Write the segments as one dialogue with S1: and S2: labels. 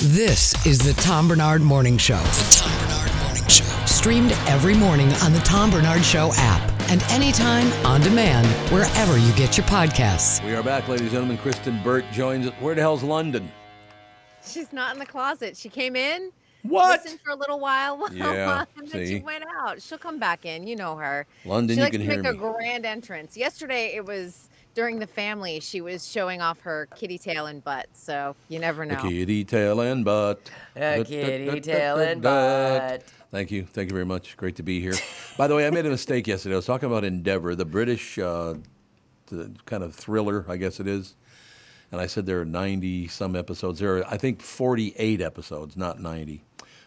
S1: This is the Tom Bernard Morning Show. The Tom Bernard Morning Show. Streamed every morning on the Tom Bernard Show app and anytime on demand wherever you get your podcasts.
S2: We are back, ladies and gentlemen. Kristen Burt joins us. Where the hell's London?
S3: She's not in the closet. She came in.
S2: What?
S3: Listened for a little while.
S2: Yeah,
S3: and then
S2: see?
S3: she went out. She'll come back in. You know her.
S2: London,
S3: she
S2: you
S3: likes
S2: can
S3: to
S2: hear
S3: make a
S2: me.
S3: grand entrance. Yesterday, it was during the family. She was showing off her kitty tail and butt. So you never
S2: A
S3: know.
S2: kitty tail and butt.
S4: A
S2: Da, da,
S4: kitty
S2: da, da,
S4: tail
S2: da,
S4: and
S2: da.
S4: butt.
S2: Thank you. Thank you very much. Great to be here. By the way, I made a mistake yesterday. I was talking about Endeavor, the British uh, the kind of thriller, I guess it is. And I said there are 90 some episodes. There are, I think, 48 episodes, not 90.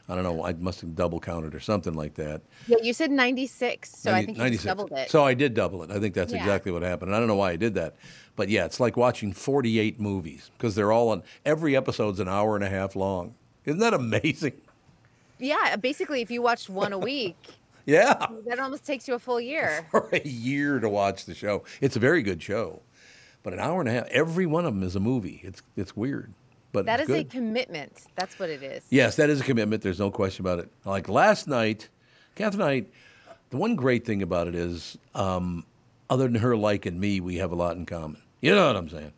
S2: I don't know. I must have double counted or something like that.
S3: Yeah, you said 96, so I
S2: 90
S3: think you just
S2: 96.
S3: doubled it.
S2: So I did double it. I think that's
S3: Yeah.
S2: exactly what happened. And I don't know why I did that. But yeah, it's like watching 48 movies because they're all on, every episode's an hour and a half long. Isn't that amazing?
S3: yeah, basically, if you watched one a week,
S2: Yeah.
S3: that almost takes you a full year.
S2: For a year to watch the show. It's a very good show. But an hour and a half, every one of them is a movie. It's, it's weird. But
S3: That
S2: it's
S3: is a
S2: good.
S3: commitment. That's what it is.
S2: Yes, that is a commitment. There's no question about it. Like last night, Catherine and I, the one great thing about it is, um, other than her liking me, we have a lot in common. You know what I'm saying?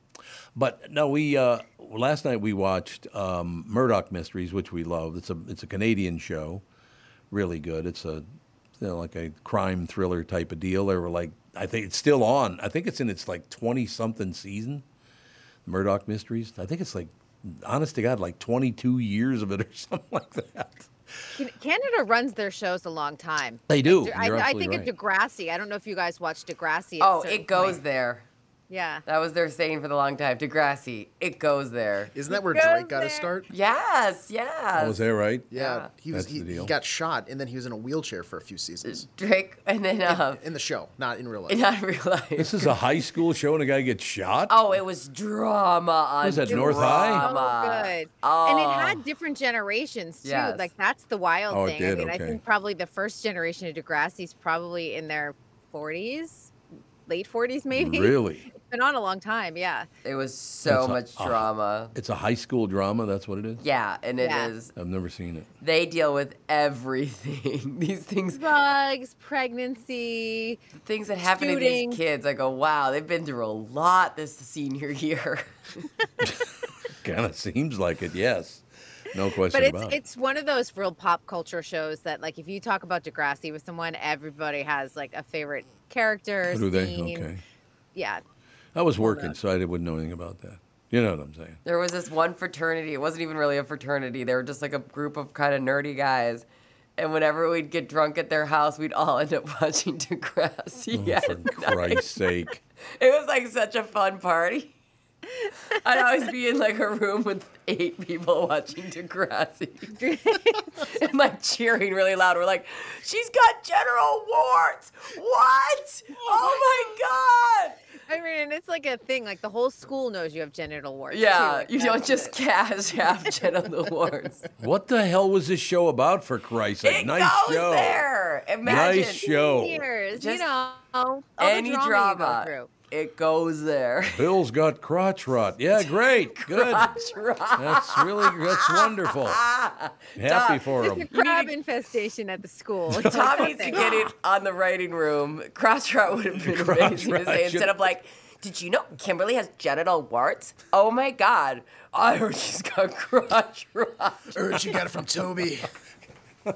S2: But no, we uh, last night we watched um, Murdoch Mysteries, which we love. It's a it's a Canadian show, really good. It's a you know, like a crime thriller type of deal. They were like, I think it's still on. I think it's in its like twenty something season. Murdoch Mysteries. I think it's like, honest to God, like 22 years of it or something like that.
S3: Can- Canada runs their shows a long time.
S2: They do.
S3: I,
S2: You're
S3: I
S2: absolutely
S3: think
S2: right.
S3: of Degrassi. I don't know if you guys watch Degrassi. at
S4: Oh,
S3: certain
S4: it goes
S3: point.
S4: there.
S3: Yeah.
S4: That was their saying for the long time. Degrassi, it goes there.
S5: Isn't that where
S3: goes
S5: Drake got
S3: there.
S5: his start?
S4: Yes, yes.
S2: Oh, is that right?
S5: Yeah,
S4: Yeah.
S5: he was.
S2: That's the
S5: He,
S2: deal.
S5: he got shot, and then he was in a wheelchair for a few seasons
S4: Drake, and then uh,
S5: in the show, not in real life.
S4: not in real life.
S2: This is a high school show and a guy gets shot?
S4: Oh, it was drama on
S2: Was that
S4: drama. Oh,
S2: North High?
S3: so good. And it had different generations too.
S4: Yes.
S3: Like that's the wild
S2: Oh, it
S3: thing.
S2: did?
S3: I mean,
S2: Okay.
S3: I think probably the first generation of Degrassi's probably in their 40s, late 40s maybe.
S2: Really?
S3: It's been on a long time. Yeah.
S4: It was so
S2: That's a-
S4: much
S2: oh.
S4: drama.
S2: It's a high school drama. That's what it is?
S4: Yeah, and it is.
S3: Yeah.
S2: I've never seen it.
S4: They deal with everything. These things,
S3: Drugs, pregnancy.
S4: things that happen
S3: Shooting.
S4: to these kids. I go, wow, they've been through a lot this senior year.
S2: Kind of seems like it, yes. No question
S3: But it's
S2: about
S3: it's one of those real pop culture shows that like if you talk about Degrassi with someone, everybody has like a favorite character.
S2: it. Do they?
S3: scene.
S2: Okay.
S3: Yeah.
S2: I was working, so I wouldn't know anything about that. You know what I'm saying?
S4: There was this one fraternity. It wasn't even really a fraternity. They were just like a group of kind of nerdy guys. And whenever we'd get drunk at their house, we'd all end up watching Degrassi.
S2: Oh,
S4: at
S2: for Christ's sake.
S4: It was like such a fun party. I'd always be in like a room with eight people watching Degrassi and like cheering really loud. We're like, she's got general warts. What? Oh my God.
S3: I mean, and it's like a thing. Like the whole school knows you have genital warts. too,
S4: Yeah,
S3: like,
S4: you
S3: that's
S4: don't just cash have genital warts.
S2: What the hell was this show about, for Christ's sake?
S4: It
S2: nice
S4: goes
S2: show.
S4: there. Imagine.
S2: Nice show.
S3: years, you
S4: Just
S3: know, all
S4: Any
S3: the drama, You go
S4: drama,
S3: through.
S4: it goes there.
S2: Bill's got crotch rot. Yeah, great. Good. That's really that's wonderful. Happy for him.
S3: Crab infestation at the school. It's like
S4: Tom needs to
S3: something.
S4: get it on the writing room. Crossroute would have been amazing to
S2: Crossroute
S4: say instead
S2: should-
S4: of like Did you know Kimberly has genital warts? Oh my God. I heard she's got crotch rot.
S5: Or she got it from Toby.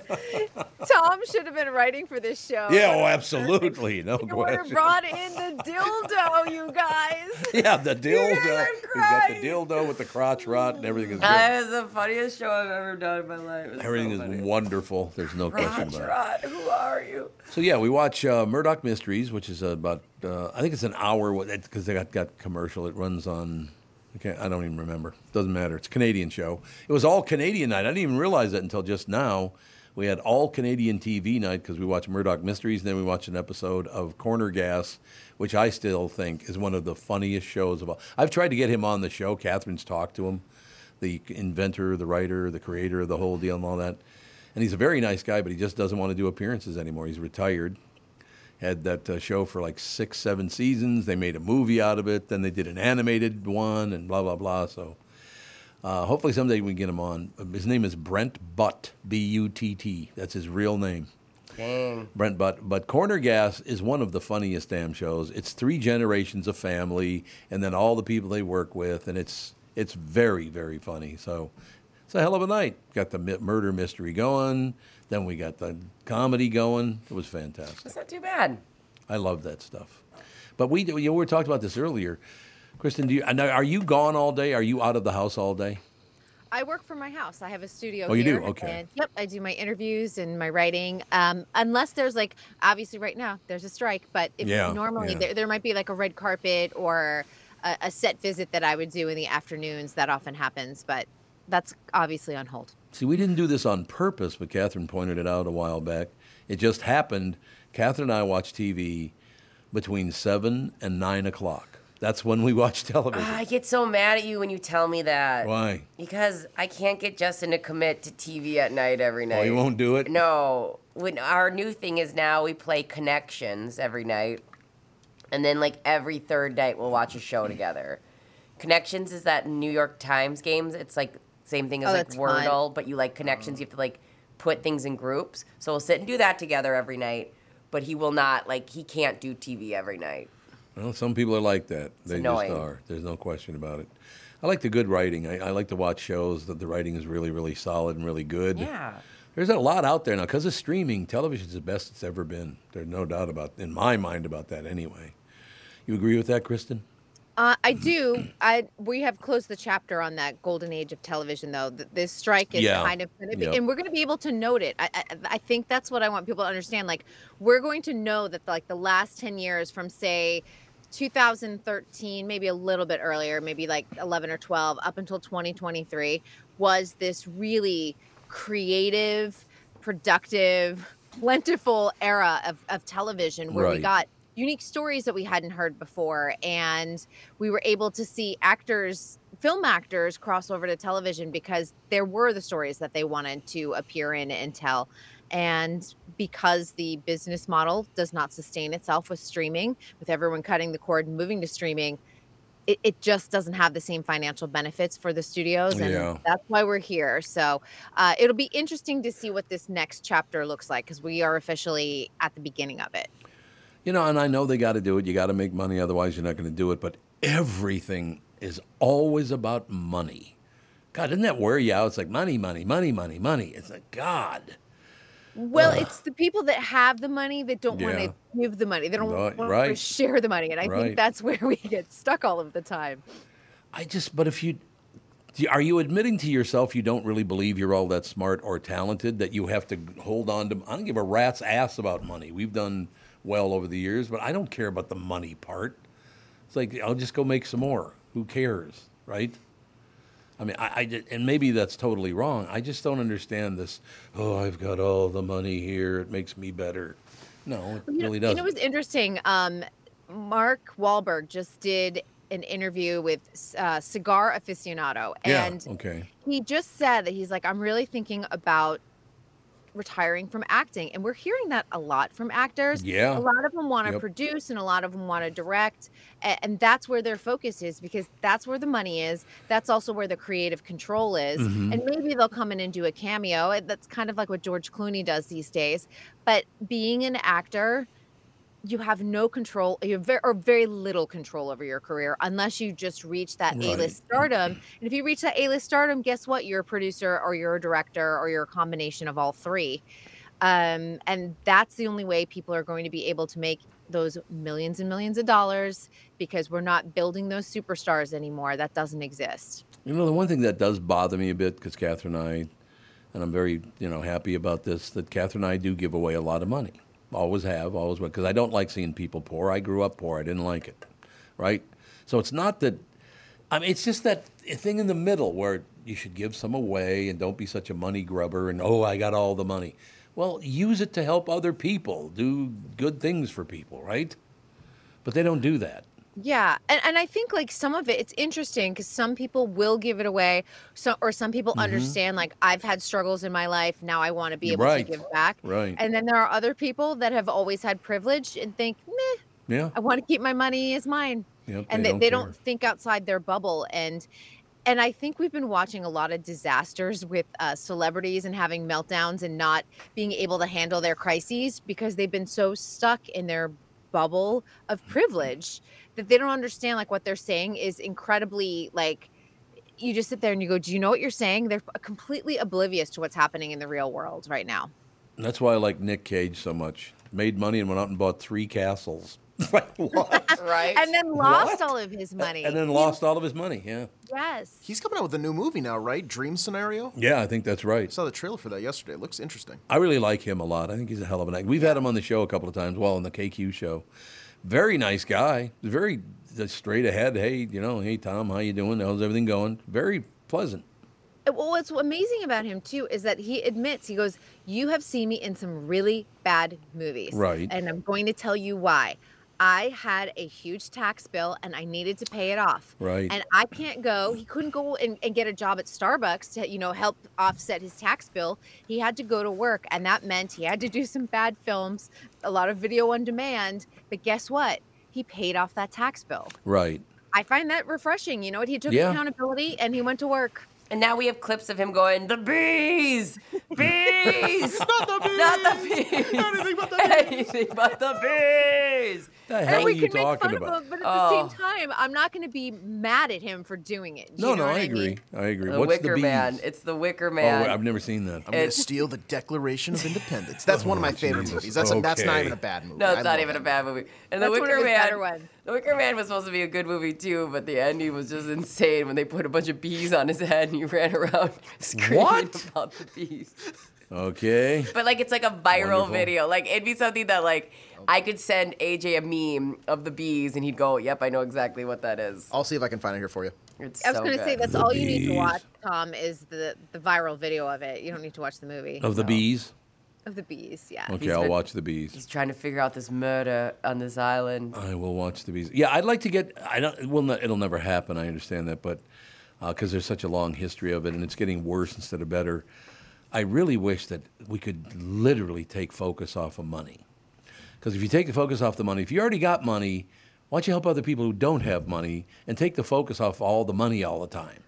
S3: Tom should have been writing for this show.
S2: Yeah, oh, absolutely. No
S3: You would have
S2: question.
S3: brought in the dildo, you guys.
S2: Yeah, the dildo.
S4: I'm
S2: We've got the
S4: crying.
S2: dildo with the crotch rot and everything is good.
S4: That is the funniest show I've ever done in my life. It was so
S2: Everything is
S4: funny.
S2: wonderful. There's no question
S4: Crotch
S2: about
S4: rot.
S2: it.
S4: Who are you?
S2: So yeah, we watch uh, Murdoch Mysteries, which is about uh, I think it's an hour because they got got commercial. It runs on. Okay, I don't even remember. Doesn't matter. It's a Canadian show. It was all Canadian night. I didn't even realize that until just now. We had all Canadian TV night because we watched Murdoch Mysteries, and then we watched an episode of Corner Gas, which I still think is one of the funniest shows of all. I've tried to get him on the show. Catherine's talked to him, the inventor, the writer, the creator of the whole deal, and all that. And he's a very nice guy, but he just doesn't want to do appearances anymore. He's retired. Had that uh, show for like six, seven seasons. They made a movie out of it. Then they did an animated one and blah, blah, blah. So uh, hopefully someday we can get him on. Uh, His name is Brent Butt, B U T T. That's his real name. Brent Butt. But Corner Gas is one of the funniest damn shows. It's three generations of family, and then all the people they work with, and it's it's very very funny. So it's a hell of a night. Got the mi- murder mystery going, then we got the comedy going. It was fantastic.
S4: That's not too bad.
S2: I love that stuff. But we you know, we were talking about this earlier. Kristen, do you, and are you gone all day? Are you out of the house all day?
S3: I work from my house. I have a studio.
S2: Oh, you do?
S3: here,
S2: Okay.
S3: and- yep, I do my interviews and my writing. Um, unless there's like obviously right now there's a strike, but if
S2: Yeah,
S3: normally
S2: yeah.
S3: There, there might be like a red carpet or a, a set visit that I would do in the afternoons. That often happens, but that's obviously on hold.
S2: See, we didn't do this on purpose, but Catherine pointed it out a while back. It just happened. Catherine and I watch TV between seven and nine o'clock. That's when we watch television.
S4: Ah, I get so mad at you when you tell me that.
S2: Why?
S4: Because I can't get Justin to commit to TV at night every night.
S2: Oh, you won't do it?
S4: No. When our new thing is now we play Connections every night, and then like every third night we'll watch a show together. Connections is that New York Times games. It's like same thing as
S3: Oh,
S4: like
S3: that's fun.
S4: Wordle, but you like Connections. You have to like put things in groups. So we'll sit and do that together every night. But he will not like he can't do TV every night.
S2: Well, some people are like that. They
S4: annoying.
S2: just are. There's no question about it. I like the good writing. I, I like to watch shows that the writing is really, really solid and really good.
S4: Yeah.
S2: There's a lot out there now because of streaming. Television's the best it's ever been. There's no doubt about, in my mind, about that anyway. You agree with that, Kristen?
S3: Uh, I do. I we have closed the chapter on that golden age of television, though. Th- This strike is
S2: Yeah.
S3: kind of, gonna be,
S2: Yep.
S3: and we're going to be able to note it. I, I, I think that's what I want people to understand. Like, we're going to know that like the last ten years, from say 2013, maybe a little bit earlier, maybe like 11 or 12, up until 2023, was this really creative, productive, plentiful era of, of television where we
S2: Right.
S3: got unique stories that we hadn't heard before and we were able to see actors film actors cross over to television because there were the stories that they wanted to appear in and tell and because the business model does not sustain itself with streaming with everyone cutting the cord and moving to streaming it, it just doesn't have the same financial benefits for the studios and
S2: Yeah.
S3: that's why we're here so uh, it'll be interesting to see what this next chapter looks like because we are officially at the beginning of it
S2: You know, and I know they got to do it. You got to make money, otherwise you're not going to do it. But everything is always about money. God, doesn't that wear you out? It's like money, money, money, money, money. It's like God.
S3: Well, it's the people that have the money that don't want
S2: Yeah.
S3: to give the money. They don't
S2: Right-
S3: want to
S2: right.
S3: share the money, and I
S2: Right.
S3: think that's where we get stuck all of the time.
S2: I just. But if you, do- are you admitting to yourself you don't really believe you're all that smart or talented that you have to hold on to? I don't give a rat's ass about money. We've done well over the years, but I don't care about the money part. It's like I'll just go make some more. Who cares, right? I mean, I, I ju- and maybe that's totally wrong. I just don't understand this. Oh, I've got all the money here. It makes me better. No, it
S3: You know-
S2: really doesn't.
S3: You know, it was interesting. Um, Mark Wahlberg just did an interview with uh, Cigar Aficionado,
S2: yeah.
S3: and
S2: okay.
S3: he just said that he's like, I'm really thinking about retiring from acting. And we're hearing that a lot from actors.
S2: Yeah.
S3: A lot of them want to
S2: Yep.
S3: produce and a lot of them want to direct. And, and that's where their focus is because that's where the money is. That's also where the creative control is.
S2: Mm-hmm.
S3: And maybe they'll come in and do a cameo. and That's kind of like what George Clooney does these days. But being an actor, you have no control you have very, or very little control over your career unless you just reach that
S2: Right.
S3: a-list stardom and if you reach that a-list stardom guess what you're a producer or you're a director or you're a combination of all three um, and that's the only way people are going to be able to make those millions and millions of dollars because we're not building those superstars anymore that doesn't exist
S2: You know, the one thing that does bother me a bit, because Catherine and I, and I'm very, you know, happy about this, that Catherine and I do give away a lot of money. Always have, always will, because I don't like seeing people poor. I grew up poor. I didn't like it, right? So it's not that, I mean, it's just that thing in the middle where you should give some away and don't be such a money grubber and, oh, I got all the money. Well, use it to help other people, do good things for people, right? But they don't do that.
S3: Yeah, and, and I think like some of it, it's interesting because some people will give it away, so or some people
S2: Mm-hmm.
S3: understand like I've had struggles in my life, now I want to be able
S2: Right,
S3: to give back.
S2: right.
S3: And then there are other people that have always had privilege and think, meh,
S2: Yeah.
S3: I want to keep my money as mine,
S2: Yep,
S3: and they,
S2: they don't
S3: they
S2: care.
S3: don't think outside their bubble and. And I think we've been watching a lot of disasters with uh, celebrities and having meltdowns and not being able to handle their crises because they've been so stuck in their bubble of
S2: Mm-hmm.
S3: privilege that they don't understand like what they're saying is incredibly like you just sit there and you go do you know what you're saying they're completely oblivious to what's happening in the real world right now
S2: And That's why I like Nick Cage so much. Made money and went out and bought three castles. like what?
S4: right?
S3: and then lost
S2: What?
S3: all of his money
S2: and then
S3: He-
S2: lost all of his money. Yeah.
S3: yes
S5: He's coming out with a new movie now, right? Dream Scenario.
S2: Yeah, I think that's right.
S5: Saw the trailer for that yesterday. It looks interesting.
S2: I really like him a lot. I think he's a hell of an actor. We've had him on the show a couple of times, well, on the KQ show. Very nice guy. Very just straight ahead. Hey, you know, hey Tom, how you doing? How's everything going? Very pleasant.
S3: Uh, Well, what's amazing about him too is that he admits he goes, "You have seen me in some really bad movies,
S2: Right.
S3: And I'm going to tell you why. I had a huge tax bill and I needed to pay it off,
S2: Right.
S3: And I can't go. He couldn't go and, and get a job at Starbucks to you know help offset his tax bill. He had to go to work, and that meant he had to do some bad films, a lot of video on demand. But guess what? He paid off that tax bill.
S2: Right.
S3: I find that refreshing. You know what? He took
S2: Yeah.
S3: accountability and he went to work.
S4: And now we have clips of him going, the bees, bees, not the bees, not the bees, anything but the bees, bees.
S2: The
S3: And
S2: hell are
S3: we
S2: you
S3: can make
S2: talking
S3: fun
S2: about?
S3: of him, but at the same time, I'm not going to be mad at him for doing it. Do
S2: no,
S3: you know
S2: no,
S3: what
S2: I
S3: mean?
S2: agree. I agree.
S4: The
S2: What's
S4: Wicker
S2: the bees?
S4: Man. It's the Wicker
S2: oh,
S4: Man.
S2: I've never seen that.
S5: I'm gonna
S4: It's-
S5: steal the Declaration of Independence. That's one of my favorite movies. That's that's not
S2: Okay.
S5: even a bad movie.
S4: no,
S5: I
S4: it's
S5: love
S4: not even
S5: that
S4: a bad movie. And
S3: That's
S4: the
S3: one of
S4: Wicker
S3: his
S4: Man.
S3: better ones.
S4: The Wicker Man was supposed to be a good movie too, but the ending was just insane when they put a bunch of bees on his head and he ran around screaming
S2: What?
S4: about the bees.
S2: Okay.
S4: But like it's like a viral
S2: Wonderful.
S4: video. Like it'd be something that like I could send AJ a meme of the bees and he'd go, "Yep, I know exactly what that is."
S5: I'll see if I can find it here for you.
S4: It's
S3: I was
S4: so
S3: going to say
S4: good.
S3: that's all you need to
S2: bees.
S3: watch, Tom, is the the viral video of it. You don't need to watch the movie
S2: Of the bees?
S3: of the bees. Yeah.
S2: Oh. Okay,
S4: He's
S2: I'll
S4: been-
S2: watch the bees.
S4: He's trying to figure out this murder on this island.
S2: I will watch the bees. Yeah, I'd like to get. I don't. It will not. It'll never happen. I understand that, but because there's such a long history of it, and it's getting worse instead of better. I really wish that we could literally take focus off of money. Because if you take the focus off the money, if you already got money, why don't you help other people who don't have money and take the focus off all the money all the time?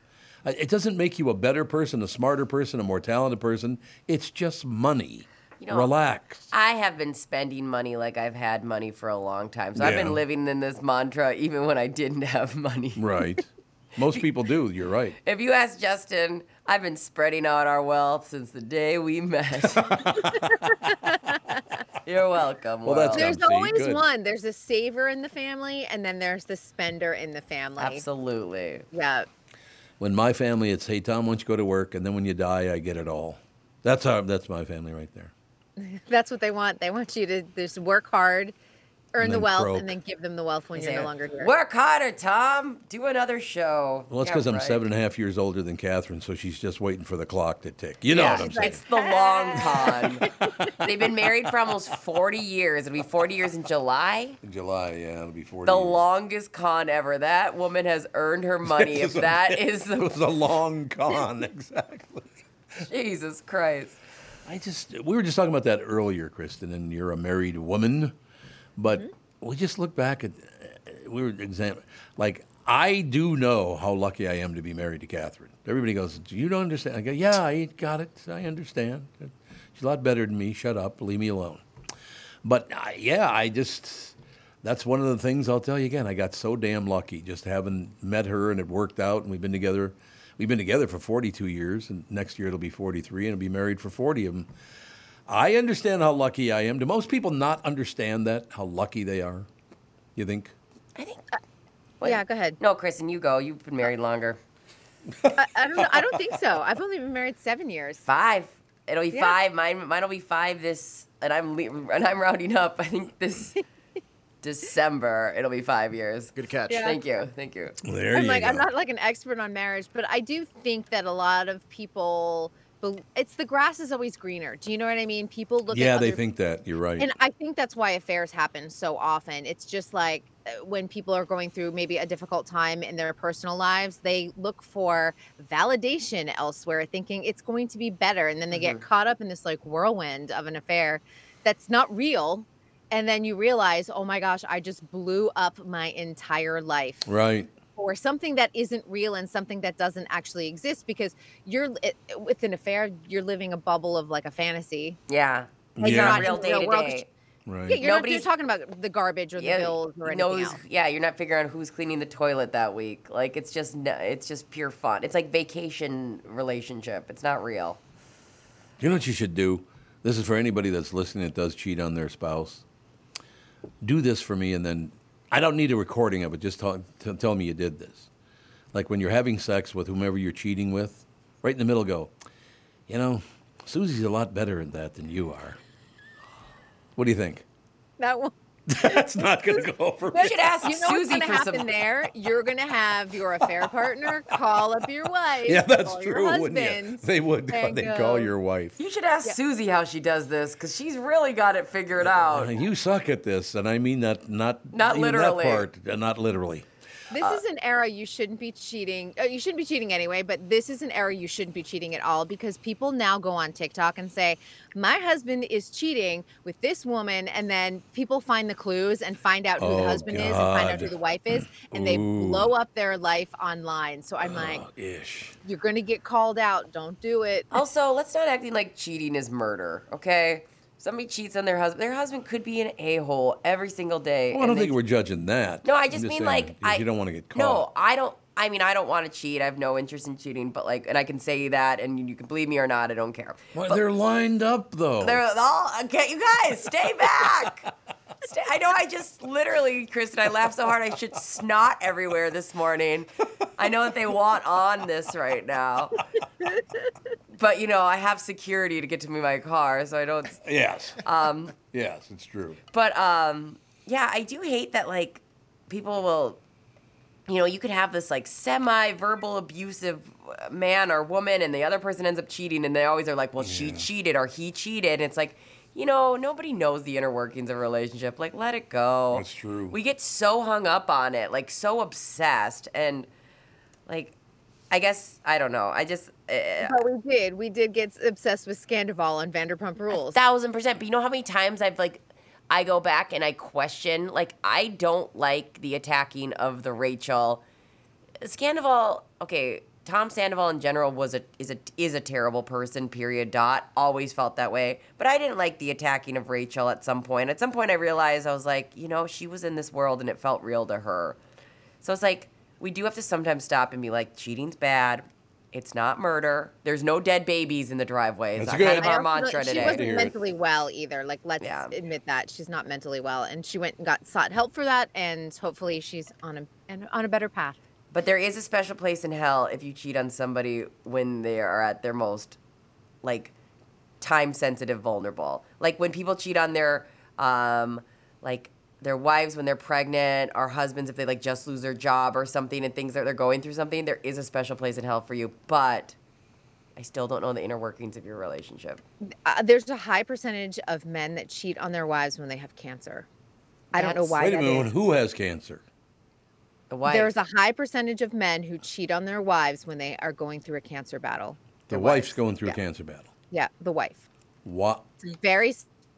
S2: Uh, It doesn't make you a better person, a smarter person, a more talented person. It's just money.
S4: You know-
S2: Relax.
S4: I have been spending money like I've had money for a long time. So I've
S2: Yeah.
S4: been living in this mantra even when I didn't have money.
S2: Right. Most people do. You're right.
S4: If you ask Justin, I've been spreading out our wealth since the day we met. You're welcome.
S2: Well, that's
S4: world.
S3: There's
S2: see,
S3: always
S2: good.
S3: one. There's a saver in the family, and then there's the spender in the family.
S4: absolutely.
S3: Yeah.
S2: When my family, it's hey Tom, why don't you go to work, and then when you die, I get it all. That's our, that's my family right there.
S3: That's what they want. They want you to just work hard, earn the
S2: then
S3: wealth,
S2: croak.
S3: and then give them the wealth when you're no longer here.
S4: Work harder, Tom. Do another show.
S2: Well, it's
S4: Yeah,
S2: because I'm
S4: right.
S2: seven and a half years older than Catherine, so she's just waiting for the clock to tick. You know
S4: Yeah,
S2: what I'm saying?
S4: It's the long con. They've been married for almost 40 years. It'll be 40 years in July.
S2: In July, yeah, it'll be forty.
S4: The
S2: years.
S4: longest con ever. That woman has earned her money. if that is the
S2: it was a long con, exactly.
S4: Jesus Christ.
S2: I just we were just talking about that earlier, Kristen, and you're a married woman, but we just look back at we were examining like I do know how lucky I am to be married to Catherine. Everybody goes, "Do you don't understand?" I go, "Yeah, I got it. I understand. She's a lot better than me. Shut up. Leave me alone." But uh, yeah, I just that's one of the things I'll tell you again. I got so damn lucky just having met her and it worked out, and we've been together. We've been together for 42 years, and next year it'll be 43, and I'll be married for 40 of them. I understand how lucky I am. Do most people not understand that how lucky they are? You think?
S4: I think.
S3: Yeah, go ahead.
S4: No, Kristen, you go. You've been married longer.
S3: I, I don't know. I don't think so. I've only been married seven years.
S4: Five. It'll be
S3: Yeah.
S4: five. Mine. Mine'll be five this, and I'm le- and I'm rounding up. I think this December it'll be five years.
S5: Good catch.
S3: Yeah.
S4: Thank you. Thank you.
S2: There
S3: I'm like I'm not like an expert on marriage, but I do think that a lot of people, bel it's the grass is always greener. Do you know what I mean? People look.
S2: yeah,
S3: at
S2: they
S3: other-
S2: think that. You're right.
S3: And I think that's why affairs happen so often. It's just like uh, when people are going through maybe a difficult time in their personal lives, they look for validation elsewhere, thinking it's going to be better. And then they
S2: Mm-hmm.
S3: get caught up in this like whirlwind of an affair that's not real. And then you realize, oh my gosh, I just blew up my entire life
S2: right.
S3: or something that isn't real and something that doesn't actually exist because you're it- with an affair you're living a bubble of like a fantasy
S4: Yeah.
S3: Like,
S4: It's
S2: Yeah.
S4: not
S3: in
S4: real
S3: the
S4: day to
S3: world.
S4: day.
S2: Right.
S3: yeah you're, not, you're
S4: Nobody's-
S3: talking about the garbage or the bills or
S4: you
S3: anything
S4: know who's-
S3: else
S4: Yeah, you're not figuring out who's cleaning the toilet that week. Like it's just n- it's just pure fun. It's like vacation relationship. It's not real.
S2: You know what you should do? This is for anybody that's listening that does cheat on their spouse. Do this for me, and then I don't need a recording of it. Just tell, t- tell me you did this. Like when you're having sex with whomever you're cheating with, right in the middle, go, you know, Susie's a lot better at that than you are. What do you think?
S3: that one
S2: That's not going to go over.
S4: You should ask
S3: you know what's
S4: Susie
S3: gonna
S4: for
S3: happen
S4: some.
S3: there? You're gonna have your affair partner call up your wife.
S2: Yeah, that's
S3: call
S2: true.
S3: Your
S2: wouldn't you?
S3: husband.
S2: They would.
S3: and
S2: They'd call
S3: go,
S2: your wife.
S4: You should ask Susie how she does this because she's really got it figured out.
S2: Uh, You suck at this, and I mean that not
S4: Not
S2: even
S4: literally.
S2: That part, uh, not literally.
S3: This
S2: Uh,
S3: is an era you shouldn't be cheating. Uh, you shouldn't be cheating anyway, but this is an era you shouldn't be cheating at all because people now go on TikTok and say, My husband is cheating with this woman. And then people find the clues and find out who
S2: Oh,
S3: the husband is and find out who
S2: God.
S3: the wife is. And they blow up their life online. So I'm like,
S2: Ish.
S3: You're going to get called out. Don't do it.
S4: Also, let's not acting like cheating is murder, okay? Somebody cheats on their husband. Their husband could be an a hole every single day.
S2: Well, I
S4: and
S2: don't
S4: they-
S2: think we're judging that.
S4: No, I
S2: I'm
S4: just, mean
S2: saying,
S4: like
S2: if
S4: I.
S2: you don't want to get
S4: No,
S2: caught.
S4: I don't. I mean, I don't want to cheat. I have no interest in cheating. But like, and I can say that, and you can believe me or not. I don't care.
S2: Well, they're lined up though.
S4: They're all okay. You guys, stay back. Stay, I know. I just literally, Kristen. I laughed so hard I should snot everywhere this morning. I know that they want on this right now, but you know I have security to get to my car, so I don't.
S2: yes. Um, yes, it's true.
S4: But um, yeah, I do hate that like people will, you know, you could have this like semi-verbal abusive uh, man or woman, and the other person ends up cheating, and they always are like, well, she cheated or he cheated, and it's like. You know, nobody knows the inner workings of a relationship. Like, let it go.
S2: That's true.
S4: We get so hung up on it, like, so obsessed. And, like, I guess, I don't know. I just, eh,
S3: But we did. We did get obsessed with Scandival and Vanderpump Rules.
S4: thousand percent. But you know how many times I've like, I go back and I question. Like, I don't like the attacking of the Rachel. Scandival, okay, Tom Sandoval in general was a is a is a terrible person. Period. Dot. Always felt that way. But I didn't like the attacking of Rachel. At some point, at some point, I realized I was like, you know, she was in this world and it felt real to her. So it's like we do have to sometimes stop and be like, cheating's bad. It's not murder. There's no dead babies in the driveway. It's
S2: That's
S4: not kind
S2: good.
S4: of
S3: I
S4: our
S3: also don't-
S4: mantra
S3: she
S4: today.
S3: wasn't
S2: Hear it.
S3: mentally well either. Like, let's
S4: Yeah.
S3: admit that she's not mentally well, and she went and got sought help for that, and hopefully she's on a and on a better path.
S4: But there is a special place in hell if you cheat on somebody when they are at their most, like, time sensitive, vulnerable. Like when people cheat on their, um, like their wives when they're pregnant, or husbands if they like just lose their job or something, and things that they're going through something. There is a special place in hell for you, but I still don't know the inner workings of your relationship.
S3: Uh, there's a high percentage of men that cheat on their wives when they have cancer. I don't know
S4: That's-
S3: why.
S2: Wait a
S3: that
S2: minute.
S3: is.
S2: Who has cancer?
S4: The wife.
S3: There's a high percentage of men who cheat on their wives when they are going through a cancer battle.
S2: The wife's going through a cancer battle.
S3: Yeah, the wife.
S2: What?
S3: It's a very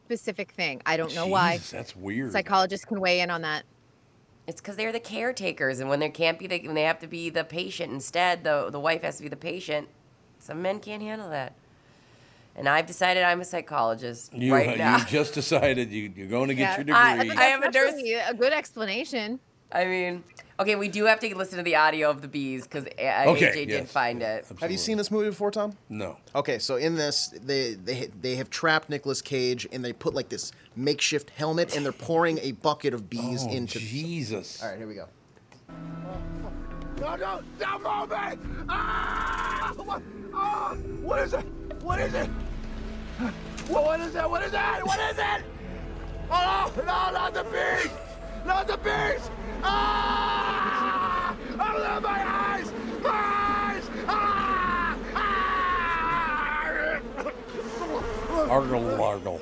S3: specific thing. I don't know why.
S2: That's weird.
S3: Psychologists can weigh in on that.
S4: It's because they're the caretakers, and when they can't be, the, when they have to be the patient instead, the the wife has to be the patient. Some men can't handle that. and I've decided I'm a psychologist
S2: You,
S4: right now.
S2: you just decided you, you're going to get your
S4: I-
S2: degree.
S4: I am a
S3: That's
S4: nurse.
S3: really A good explanation.
S4: I mean, okay, we do have to listen to the audio of the bees because
S2: Okay,
S4: AJ did
S2: yes,
S4: find
S2: yeah,
S4: it.
S2: absolutely.
S5: Have you seen this movie before, Tom?
S2: No.
S5: Okay, so in this, they they they have trapped Nicolas Cage, and they put like this makeshift helmet, and they're pouring a bucket of bees
S2: Oh,
S5: into.
S2: Jesus.
S5: All right, here we go.
S6: No, no, don't move me! Ah! What, ah! what is it? What is it? What, what is it? What is it? What is it? Oh, no, not the bees! Not the bees! Ah! I love my eyes! My eyes! Ah! Ah!
S2: Argle, largle.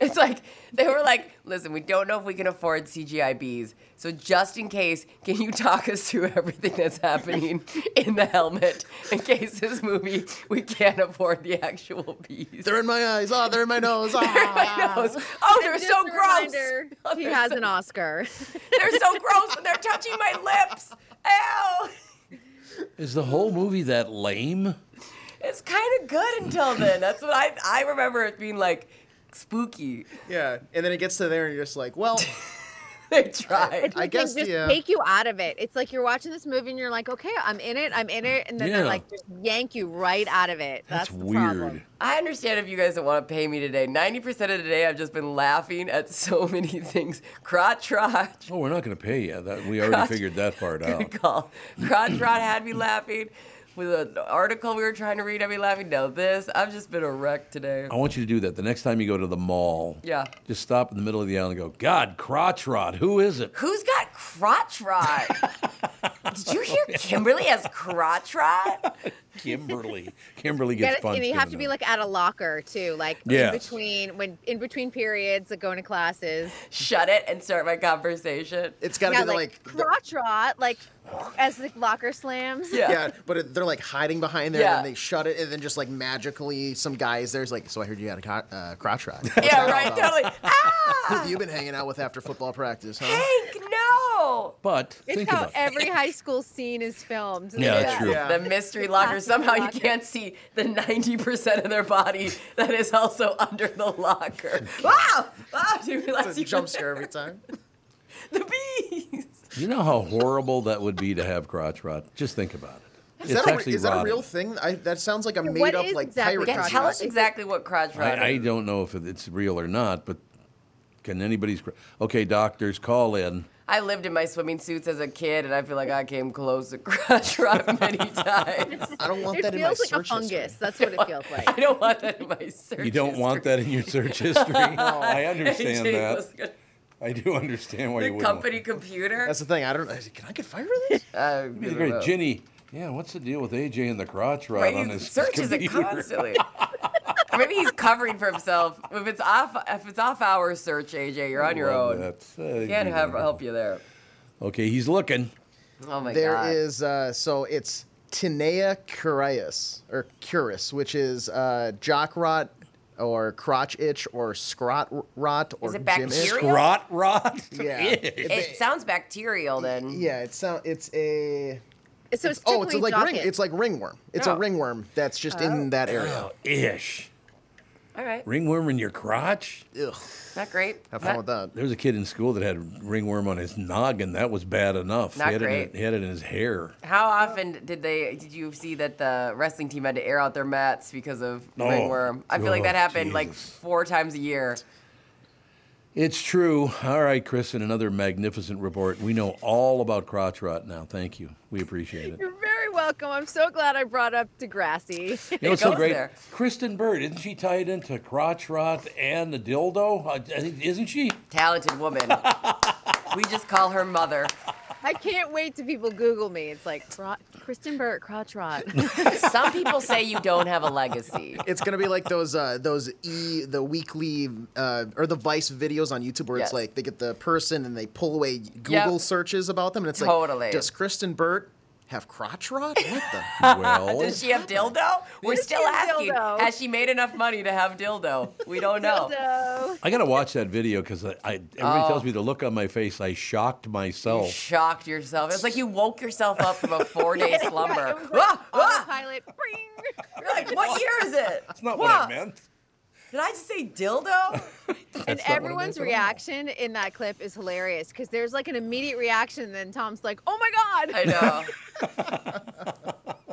S4: It's like they were like, listen, we don't know if we can afford CGI bees. So just in case, can you talk us through everything that's happening in the helmet in case this movie we can't afford the actual bees?
S5: They're in my eyes. Oh, they're in my nose. Ah.
S4: Those- Oh, they're
S3: Just
S4: so
S3: a
S4: gross.
S3: reminder,
S4: Oh,
S3: he
S4: they're
S3: has
S4: so-
S3: an Oscar.
S4: They're so gross and they're touching my lips. Ow!
S2: Is the whole movie that lame?
S4: It's kind of good until then. That's what I I remember it being like spooky.
S5: yeah, and then it gets to there, and you're just like, well,
S4: They tried.
S5: I
S3: Like,
S5: guess uh,
S3: just
S5: yeah.
S3: take you out of it. It's like you're watching this movie and you're like, okay, I'm in it, I'm in it, and then
S2: Yeah.
S3: they like just yank you right out of it. That's,
S2: That's,
S3: the
S2: weird.
S3: Problem.
S4: I understand if you guys don't want to pay me today. 90% of today, I've just been laughing at so many things. Crotch rot.
S2: Oh, we're not going to pay you. That we already figured that part out.
S4: Good call. Crotch rot had me laughing. With an article we were trying to read, I'd be laughing. Now this, I've just been a wreck today.
S2: I want you to do that the next time you go to the mall.
S4: Yeah.
S2: Just stop in the middle of the aisle and go, God, crotch rot. Who is it?
S4: Who's got crotch rot? Did you hear Kimberly has crotch rot?
S2: Kimberly. Kimberly
S3: You
S2: gets
S3: gotta-
S2: punched.
S3: and you
S2: in
S3: have
S2: the
S3: to be
S2: nose.
S3: like at a locker too, like
S2: Yes.
S3: in between when in between periods, like going to classes.
S4: Shut it and start my conversation.
S5: it's got to
S3: Yeah,
S5: be the,
S3: like,
S5: like. the-
S3: crotch rot, like as the locker slams.
S4: Yeah.
S5: yeah, but it, they're like hiding behind there,
S4: Yeah.
S5: and then they shut it, and then just like magically, some guys there's like, so I heard you had a co- uh, crotch rot.
S4: Yeah, right. Totally. Ah,
S5: You've been hanging out with after football practice, huh?
S4: Hank, no.
S2: But
S3: It's
S2: think
S3: how
S2: about it.
S3: every high school scene is filmed.
S2: Yeah, that's true.
S5: Yeah.
S4: The mystery locker. Somehow you can't see the 90% of their body that is also under the locker. Wow! Wow! Do you realize
S5: It's a
S4: you
S5: jump scare every time.
S4: The bees!
S2: You know how horrible that would be to have crotch rot? Just think about it.
S5: Is,
S2: it's
S5: that a,
S2: actually
S5: is that a
S2: rotting.
S5: real thing? I, that sounds like a
S3: what
S5: made up
S3: is
S5: like
S3: exactly
S5: pirate.
S4: Yeah,
S3: crotch
S4: tell
S3: rot?
S4: us exactly what crotch rot
S2: I, I
S4: is.
S2: don't know if it- it's real or not, but can anybody's. cr- Okay, doctors, call in.
S4: I lived in my swimming suits as a kid, and I feel like I came close to crotch rot many times.
S5: I don't want
S3: It
S5: that in my
S3: feels like a
S5: search history.
S3: fungus. That's what it feels like.
S4: I don't want that in my search.
S2: You don't want that in your search history.
S5: Oh.
S2: I understand
S4: history.
S2: that. I do understand why you
S4: The
S2: wouldn't. want-
S4: company computer.
S5: That's the thing. I don't. know. Can I get fired for this?
S4: Uh, I
S2: Be
S4: don't
S2: great.
S4: know.
S2: Ginny, yeah, what's the deal with AJ and the crotch rot
S4: Right,
S2: on
S4: he
S2: his
S4: searches it
S2: computer?
S4: constantly. or maybe he's covering for himself. If it's off, if it's off hour search, AJ, you're on your
S2: Love
S4: own.
S2: that. Uh,
S4: Can't
S2: you
S4: have,
S2: know.
S4: help you there.
S2: Okay, he's looking.
S4: Oh my
S5: There
S4: god.
S5: is uh, so it's Tinea curius or curus, which is uh, jock rot or crotch itch or scrot rot or
S4: Is it
S5: gym itch.
S4: bacteria?
S2: Grot rot.
S5: Yeah.
S4: It sounds bacterial then.
S5: Yeah, it's sound. It's a
S3: So it's,
S5: oh, it's
S3: tickly
S5: like ring.
S3: jocket.
S5: It's like ringworm. It's
S4: Oh.
S5: a ringworm that's just in that area.
S2: Ish.
S4: All right.
S2: Ringworm in your crotch?
S5: Ugh.
S4: Not great.
S5: Have
S4: Not-
S5: fun with that.
S2: There was a kid in school that had ringworm on his noggin. That was bad enough.
S4: Not
S2: he, had It
S4: great.
S2: in, he had it in his hair.
S4: How often did they? Did you see that the wrestling team had to air out their mats because of
S2: Oh,
S4: ringworm? I feel like
S2: oh,
S4: that happened like
S2: Jesus.
S4: four times a year.
S2: It's true. All right, Chris, and another magnificent report. We know all about crotch rot now. Thank you. We appreciate it.
S3: You're very welcome. I'm so glad I brought up Degrassi.
S2: You know what's
S4: goes
S2: so great?
S4: there.
S2: Kristen Bird, isn't she tied into crotch rot and the dildo? I, I think, isn't she?
S4: Talented woman. we just call her mother.
S3: I can't wait till people Google me. It's like Ro- Kristen Burt crotch rot.
S4: Some people say you don't have a legacy.
S5: It's gonna be like those uh, those e the weekly uh, or the Vice videos on YouTube where
S4: Yes.
S5: it's like they get the person and they pull away Google searches about them and it's
S4: Totally.
S5: like does Kristen Burt have crotch rot? What the?
S2: Well,
S4: Does she have dildo? We're still
S3: she have
S4: asking.
S3: dildo?
S4: Has she made enough money to have dildo? We don't know.
S3: So
S2: I gotta watch that video because I, I everybody tells me the look on my face. I shocked
S4: You
S2: myself.
S4: shocked yourself. It's like you woke yourself up from a four-day slumber. Ah, ah!
S3: autopilot. Bring.
S4: You're like, what year is it?
S2: That's not what I meant.
S4: Did I just say dildo?
S3: And
S2: That's not what I meant
S3: everyone's
S2: at all.
S3: reaction in that clip is hilarious because there's like an immediate reaction. And then Tom's like, "Oh my god!"
S4: I know.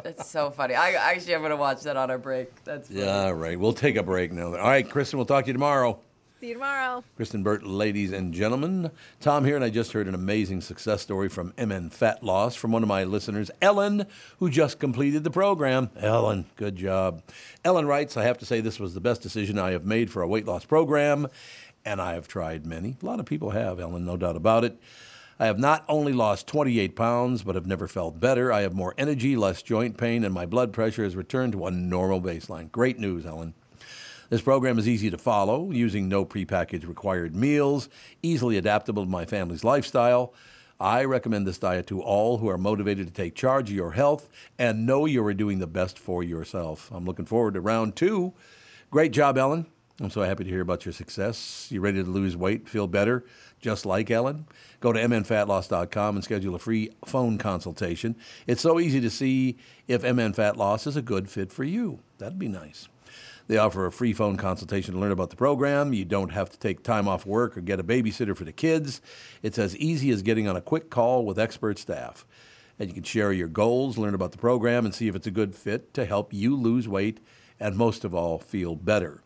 S4: That's so funny. I actually I'm gonna watch that on our break. That's funny.
S2: Yeah, all right. We'll take a break now. All right, Kristen, we'll talk to you tomorrow.
S3: See you tomorrow.
S2: Kristen Burt, ladies and gentlemen. Tom here, and I just heard an amazing success story from MN Fat Loss from one of my listeners, Ellen, who just completed the program. Ellen, good job. Ellen writes I have to say this was the best decision I have made for a weight loss program, and I have tried many. A lot of people have, Ellen, no doubt about it. I have not only lost 28 pounds, but have never felt better. I have more energy, less joint pain, and my blood pressure has returned to a normal baseline. Great news, Ellen. This program is easy to follow, using no prepackaged required meals, easily adaptable to my family's lifestyle. I recommend this diet to all who are motivated to take charge of your health and know you are doing the best for yourself. I'm looking forward to round two. Great job, Ellen. I'm so happy to hear about your success. You ready to lose weight, feel better, just like Ellen? Go to mnfatloss.com and schedule a free phone consultation. It's so easy to see if MN Fat Loss is a good fit for you. That'd be nice. They offer a free phone consultation to learn about the program. You don't have to take time off work or get a babysitter for the kids. It's as easy as getting on a quick call with expert staff. And you can share your goals, learn about the program, and see if it's a good fit to help you lose weight and, most of all, feel better.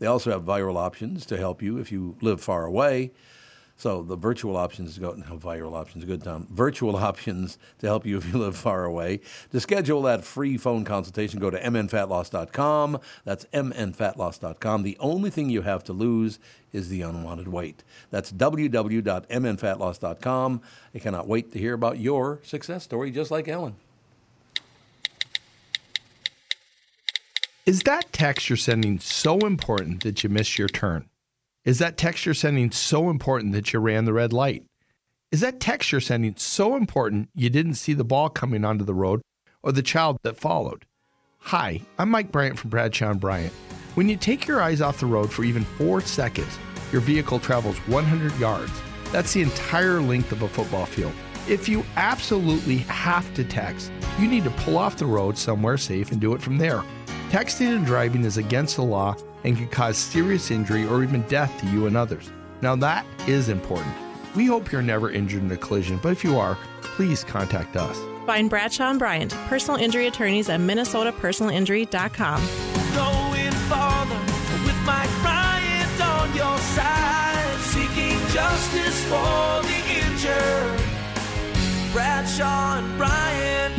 S2: They also have viral options to help you if you live far away. So the virtual options go no, viral options good Tom. Virtual options to help you if you live far away. To schedule that free phone consultation, go to mnfatloss.com. That's mnfatloss.com. The only thing you have to lose is the unwanted weight. That's www.mnfatloss.com. I cannot wait to hear about your success story, just like Ellen.
S7: Is that text you're sending so important that you missed your turn? Is that text you're sending so important that you ran the red light? Is that text you're sending so important you didn't see the ball coming onto the road or the child that followed? Hi, I'm Mike Bryant from Bradshaw and Bryant. When you take your eyes off the road for even four seconds, your vehicle travels 100 yards. That's the entire length of a football field. If you absolutely have to text, you need to pull off the road somewhere safe and do it from there. Texting and driving is against the law and can cause serious injury or even death to you and others. Now, that is important. We hope you're never injured in a collision, but if you are, please contact us.
S8: Find Bradshaw and Bryant, personal injury attorneys at minnesotapersonalinjury.com.
S6: Going farther with Mike Bryant on your side, seeking justice for the injured. Bradshaw and Bryant.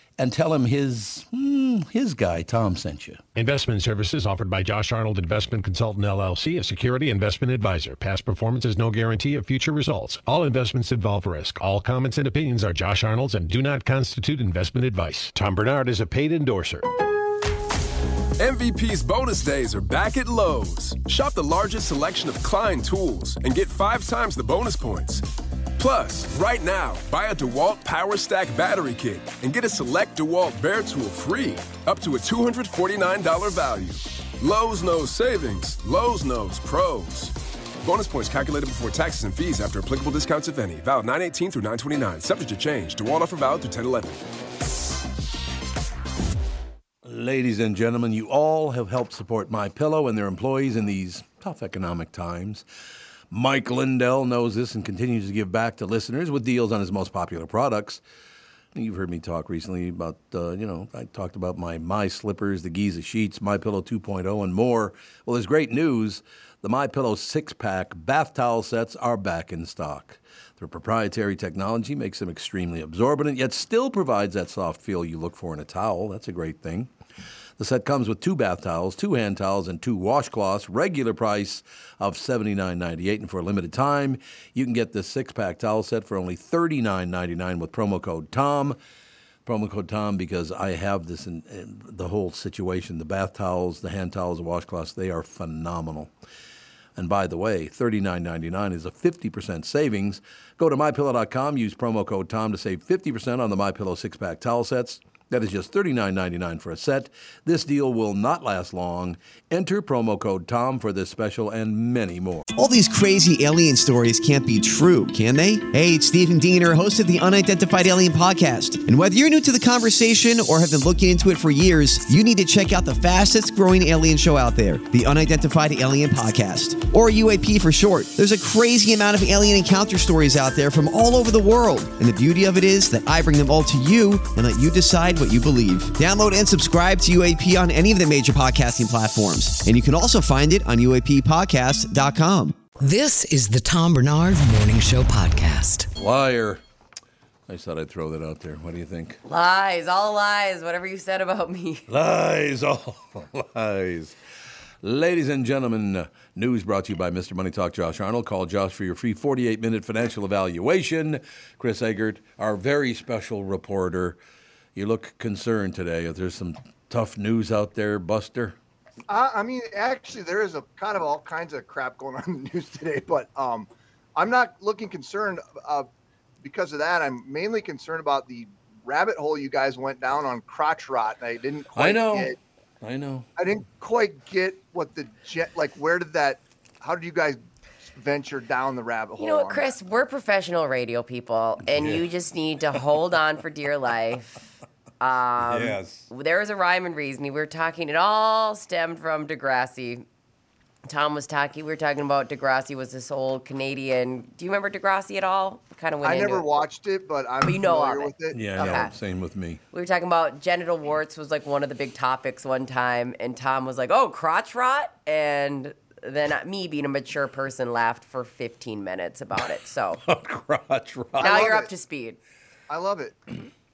S2: and tell him his, hmm, his guy, Tom, sent you.
S9: Investment services offered by Josh Arnold Investment Consultant LLC, a security investment advisor. Past performance is no guarantee of future results. All investments involve risk. All comments and opinions are Josh Arnold's and do not constitute investment advice. Tom Bernard is a paid endorser.
S10: MVP's bonus days are back at Lowe's. Shop the largest selection of Klein tools and get five times the bonus points. Plus, right now, buy a DeWalt Power Stack battery kit and get a select DeWalt Bear Tool free, up to a $249 value. Lowe's knows savings, Lowe's knows pros. Bonus points calculated before taxes and fees after applicable discounts, if any. Valid 918 through 929, subject to change. DeWalt offer valid through 1011.
S2: Ladies and gentlemen, you all have helped support My Pillow and their employees in these tough economic times. Mike Lindell knows this and continues to give back to listeners with deals on his most popular products. You've heard me talk recently about, uh, you know, I talked about my My Slippers, the Giza Sheets, My Pillow 2.0, and more. Well, there's great news. The My Pillow six pack bath towel sets are back in stock. Their proprietary technology makes them extremely absorbent, yet still provides that soft feel you look for in a towel. That's a great thing. The set comes with two bath towels, two hand towels, and two washcloths. Regular price of $79.98. And for a limited time, you can get this six pack towel set for only $39.99 with promo code TOM. Promo code TOM because I have this in, in the whole situation the bath towels, the hand towels, the washcloths, they are phenomenal. And by the way, $39.99 is a 50% savings. Go to mypillow.com, use promo code TOM to save 50% on the MyPillow six pack towel sets. That is just $39.99 for a set. This deal will not last long. Enter promo code TOM for this special and many more.
S11: All these crazy alien stories can't be true, can they? Hey, it's Stephen Diener, host of the Unidentified Alien Podcast. And whether you're new to the conversation or have been looking into it for years, you need to check out the fastest growing alien show out there, the Unidentified Alien Podcast, or UAP for short. There's a crazy amount of alien encounter stories out there from all over the world. And the beauty of it is that I bring them all to you and let you decide what you believe. Download and subscribe to UAP on any of the major podcasting platforms. And you can also find it on UAPpodcast.com.
S1: This is the Tom Bernard Morning Show Podcast.
S2: Liar. I just thought I'd throw that out there. What do you think?
S4: Lies, all lies, whatever you said about me.
S2: Lies, all lies. Ladies and gentlemen, news brought to you by Mr. Money Talk Josh Arnold. Call Josh for your free 48 minute financial evaluation. Chris Eggert, our very special reporter. You look concerned today. If there's some tough news out there, Buster.
S6: Uh, I mean, actually, there is a kind of all kinds of crap going on in the news today, but um, I'm not looking concerned uh, because of that. I'm mainly concerned about the rabbit hole you guys went down on crotch rot, and I didn't. Quite
S2: I know.
S6: Get,
S2: I know.
S6: I didn't quite get what the jet like. Where did that? How did you guys venture down the rabbit hole?
S4: You know what,
S6: on
S4: Chris? We're professional radio people, and you just need to hold on for dear life. Um,
S2: Yes.
S4: There was a rhyme and reason. We were talking, it all stemmed from Degrassi. Tom was talking, we were talking about Degrassi was this old Canadian. Do you remember Degrassi at all? Kind of
S6: that?
S4: went
S6: I
S4: into
S6: never
S4: it.
S6: watched it, but I'm
S4: But you know
S6: familiar
S4: of
S6: with it.
S2: Yeah,
S4: Okay.
S2: yeah. Same with me.
S4: We were talking about genital warts was like one of the big topics one time, and Tom was like, "Oh, crotch rot," and then me, being a mature person, laughed for 15 minutes about it. So
S2: crotch rot.
S4: now you're up to speed.
S6: I love it.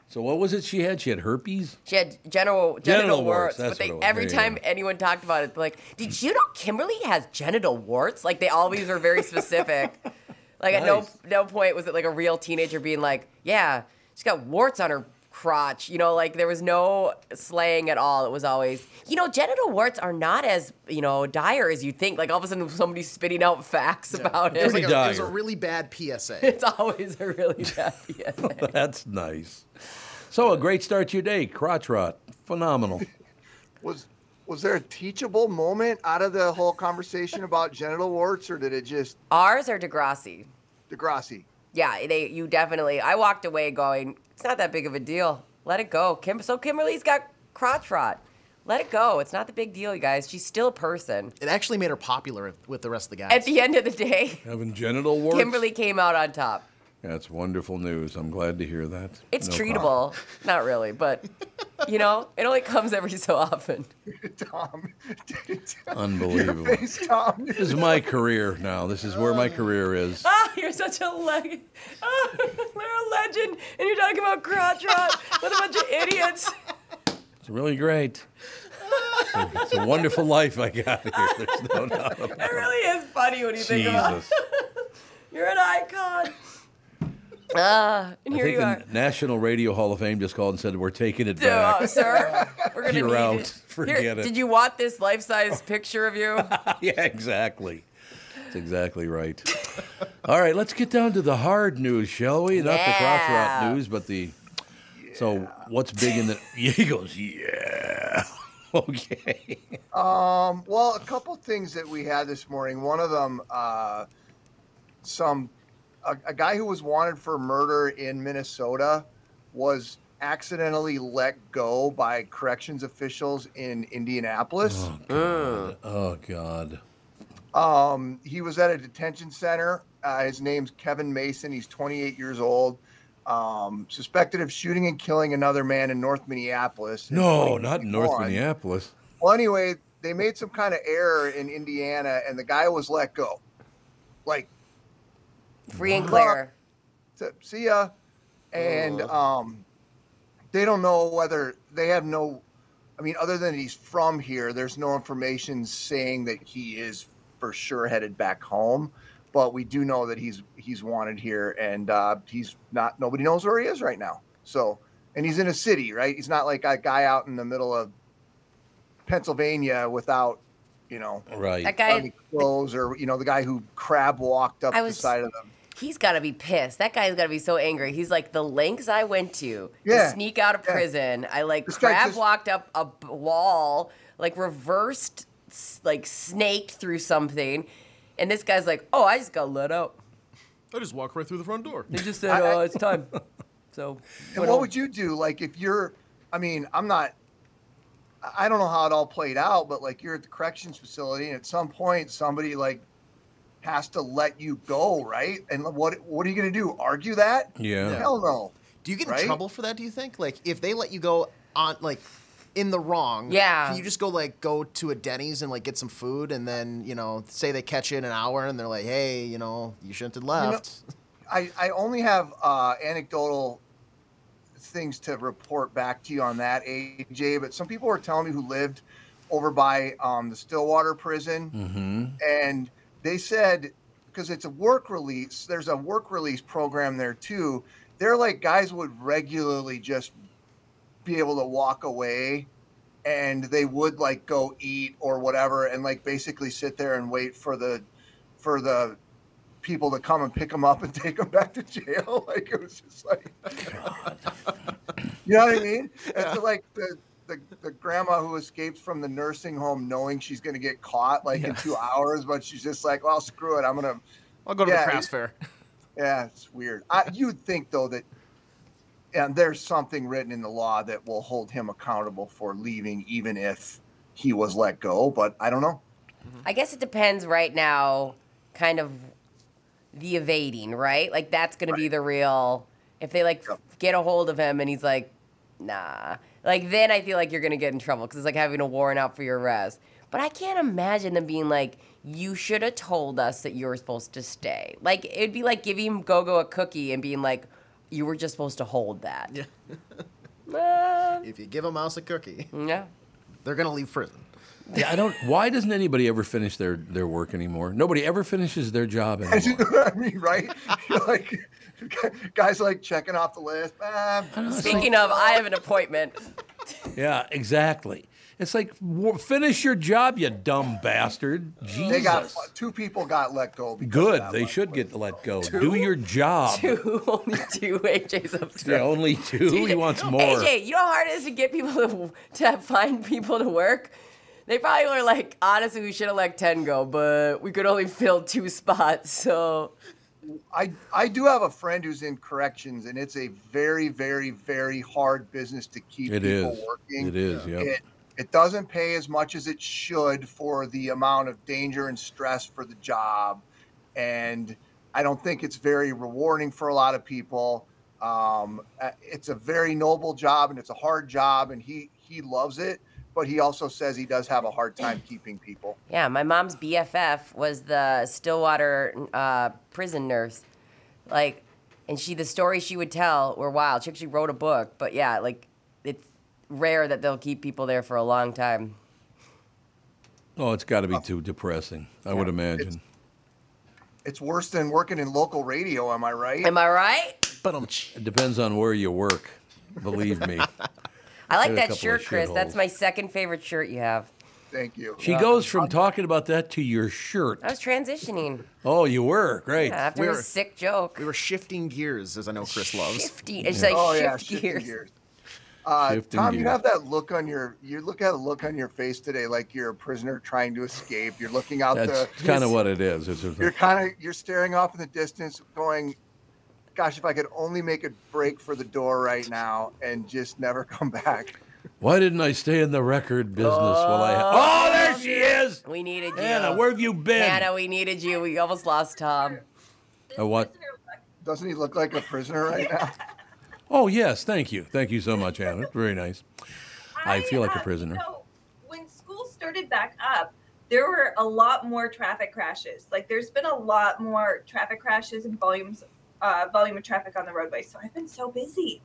S2: So what was it she had? She had herpes?
S4: She had genital genital,
S2: Genital
S4: warts,
S2: warts, that's
S4: but they,
S2: what it was.
S4: every
S2: There you
S4: time anyone talked about it, they're like, "Did you know Kimberly has genital warts?" Like they always were very specific. like at no
S12: Nice.
S4: no point was it like a real teenager being like, "Yeah, she's got warts on her crotch." You know, like there was no slang at all. It was always, you know, genital warts are not as you know dire as you think. Like all of a sudden somebody's spitting out facts about
S5: It
S4: it.
S5: was, like a, it was a really bad PSA.
S4: it's always a really bad. Yeah.
S2: That's nice. So a great start to your day. Crotch rot. Phenomenal.
S6: Was was there a teachable moment out of the whole conversation about genital warts, or did it just
S4: Ours or Degrassi?
S6: Degrassi?
S4: yeah, they you definitely. I walked away going, it's not that big of a deal. Let it go. Kim, so Kimberly's got crotch rot. Let it go. It's not the big deal, you guys. She's still a person.
S5: It actually made her popular with the rest of the guys.
S4: At the end of the day,
S2: Having genital warts.
S4: Kimberly came out on top.
S2: That's wonderful news. I'm glad to hear that.
S4: It's
S2: No
S4: treatable.
S2: problem.
S4: Not really, but you know, it only comes every so often.
S6: Tom.
S2: Unbelievable.
S6: face, Tom.
S2: This is my career now. This is where my career is.
S4: Ah, you're such a legend. Ah, you're a legend, and you're talking about crotch rot with a bunch of idiots.
S2: It's really great. It's a, it's a wonderful life I got here. There's no doubt about
S4: It really is funny when you think about it.
S2: Jesus.
S4: You're an icon. Ah, and
S2: I
S4: here
S2: think
S4: you
S2: the
S4: are.
S2: National Radio Hall of Fame just called and said we're taking it
S4: Dude,
S2: back.
S4: uh, sir, we're gonna
S2: You're
S4: need
S2: out.
S4: it.
S2: Forget
S4: Here,
S2: it.
S4: Did you want this life-size picture of you?
S2: yeah, exactly. That's exactly right. All right, let's get down to the hard news, shall we? Not the crotch
S4: Yeah.
S2: rot news, but the. So what's big in the? He goes, yeah. Okay.
S6: Um, well, a couple things that we had this morning. One of them, uh, some a, a guy who was wanted for murder in Minnesota was accidentally let go by corrections officials in Indianapolis.
S2: God. Oh God.
S6: Um, he was at a detention center. Uh, his name's Kevin Mason. He's 28 years old. um, suspected of shooting and killing another man in North Minneapolis. in
S2: No, not in North
S6: 2021.
S2: Minneapolis.
S6: Well, anyway, they made some kind of error in Indiana, and the guy was let go, like
S4: free and
S6: clear. See ya, and um, they don't know whether they have no. I mean, other than he's from here, there's no information saying that he is for sure headed back home. But we do know that he's he's wanted here, and uh, he's not. Nobody knows where he is right now. So, and he's in a city, right? He's not like a guy out in the middle of Pennsylvania without, you know,
S2: right?
S4: That guy-
S6: clothes, or you know, the guy who crab walked up
S4: I
S6: the
S4: was-
S6: side of them.
S4: He's got to be pissed. That guy's got to be so angry. He's like, the lengths I went to
S6: Yeah,
S4: to sneak out of
S6: yeah.
S4: prison. I like
S6: guy
S4: crab
S6: just-
S4: walked up a b- wall, like reversed, s- like snaked through something. And this guy's like, oh, I just got let out.
S12: I just walked right through the front door.
S4: They just said, uh, it's time. So,
S6: And what would you do? Like, if you're, I mean, I'm not, I I don't know how it all played out, but like you're at the corrections facility, and at some point, somebody like has to let you go, right? And what what are you gonna do? Argue that?
S2: Yeah.
S6: Hell no.
S5: Do you get
S6: Right?
S5: in trouble for that? Do you think? Like, if they let you go on, like, in the wrong,
S4: Yeah.
S5: Can you just go like go to a Denny's and like get some food, and then you know say they catch you in an hour, and they're like, hey, you know, you shouldn't have
S6: You know,
S5: left.
S6: I, I only have uh, anecdotal things to report back to you on that, AJ. But some people were telling me who lived over by um, the Stillwater prison,
S2: Mm-hmm.
S6: and they said because it's a work release, there's a work release program there too. They're like guys would regularly just be able to walk away and they would like go eat or whatever and like basically sit there and wait for the for the people to come and pick them up and take them back to jail like it was just like you know what i mean it's like the, the the grandma who escapes from the nursing home knowing she's going to get caught like in two hours but she's just like well screw it i'm gonna
S5: I'll go to
S6: Yeah,
S5: the craft
S6: it-
S5: fair.
S6: yeah, it's weird. I, you'd think though that, and there's something written in the law that will hold him accountable for leaving, even if he was let go. But I don't know.
S4: I guess it depends right now, kind of the evading, right? Like that's going to be the real. If they like get a hold of him and he's like, nah, like then I feel like you're going to get in trouble because it's like having a warrant out for your arrest. But I can't imagine them being like, you should have told us that you were supposed to stay. Like it'd be like giving Gogo a cookie and being like, you were just supposed to hold that. Yeah.
S5: if you give a mouse a cookie,
S4: yeah,
S5: they're gonna leave prison.
S2: Yeah, I don't. Why doesn't anybody ever finish their, their work anymore? Nobody ever finishes their job anymore.
S6: I mean, right? like guys like checking off the list. Ah,
S4: Speaking of, I have an appointment.
S2: Yeah, exactly. It's like wa- finish your job, you dumb bastard. Jesus.
S6: they got two people got let go. Because
S2: Good. They should get let go. Do your job.
S4: Two, only two AJ's
S2: Yeah,
S4: upstairs.
S2: only two. He wants more.
S4: AJ, you know how hard it is to get people to, to find people to work? They probably were like, honestly, we should have let 10 go, but we could only fill two spots. So,
S6: I I do have a friend who's in corrections, and it's a very, very, very hard business to keep
S2: It
S6: people
S2: is.
S6: working.
S2: It is, yep.
S6: It, it doesn't pay as much as it should for the amount of danger and stress for the job, and I don't think it's very rewarding for a lot of people. Um, uh, it's a very noble job, and it's a hard job, and he he loves it, but he also says he does have a hard time keeping people.
S4: yeah, my mom's BFF was the Stillwater uh, prison nurse. Like, and she, the stories she would tell were wild. She actually wrote a book, but yeah, like, it's rare that they'll keep people there for a long time.
S2: Oh, it's got to be too depressing. I would imagine.
S6: It's worse than working in local radio. Am I right?
S4: Am I right?
S5: But I'm
S2: It depends on where you work. Believe me.
S4: I like
S2: There's a couple
S4: that
S2: of
S4: shirt, Chris. That's
S2: shitholes.
S4: my second favorite shirt you have.
S6: Thank you.
S2: She goes from talking about that to your shirt.
S4: I was transitioning.
S2: Oh, you were great.
S4: Yeah, after
S5: We
S4: his
S5: were-
S4: sick joke.
S5: We were shifting gears, as I know Chris loves.
S4: Shifting- it's like
S6: Oh,
S4: shift
S6: yeah, shifting
S4: gears.
S6: gears. Uh,
S5: Shifting
S6: Tom, you
S5: gears.
S6: have that look on your you look at a look on your face today, like you're a prisoner trying to escape. You're looking out
S2: That's
S6: the.
S2: kind of what it is. It's a-
S6: You're kind of you're staring off in the distance, going, "Gosh, if I could only make a break for the door right now and just never come back."
S2: Why didn't I stay in the record business while I? Ha- oh, there she is.
S4: We needed you.
S2: Hannah, where have you been?
S4: Hannah, we needed you. We almost lost Tom.
S2: I want.
S6: Doesn't he look like a prisoner right now?
S2: Oh, yes. Thank you. Thank you so much, Anna. Very nice. I, feel like a prisoner.
S13: when school started back up, there were a lot more traffic crashes. Like there's been a lot more traffic crashes and volumes, uh, volume of traffic on the roadway. So I've been so busy.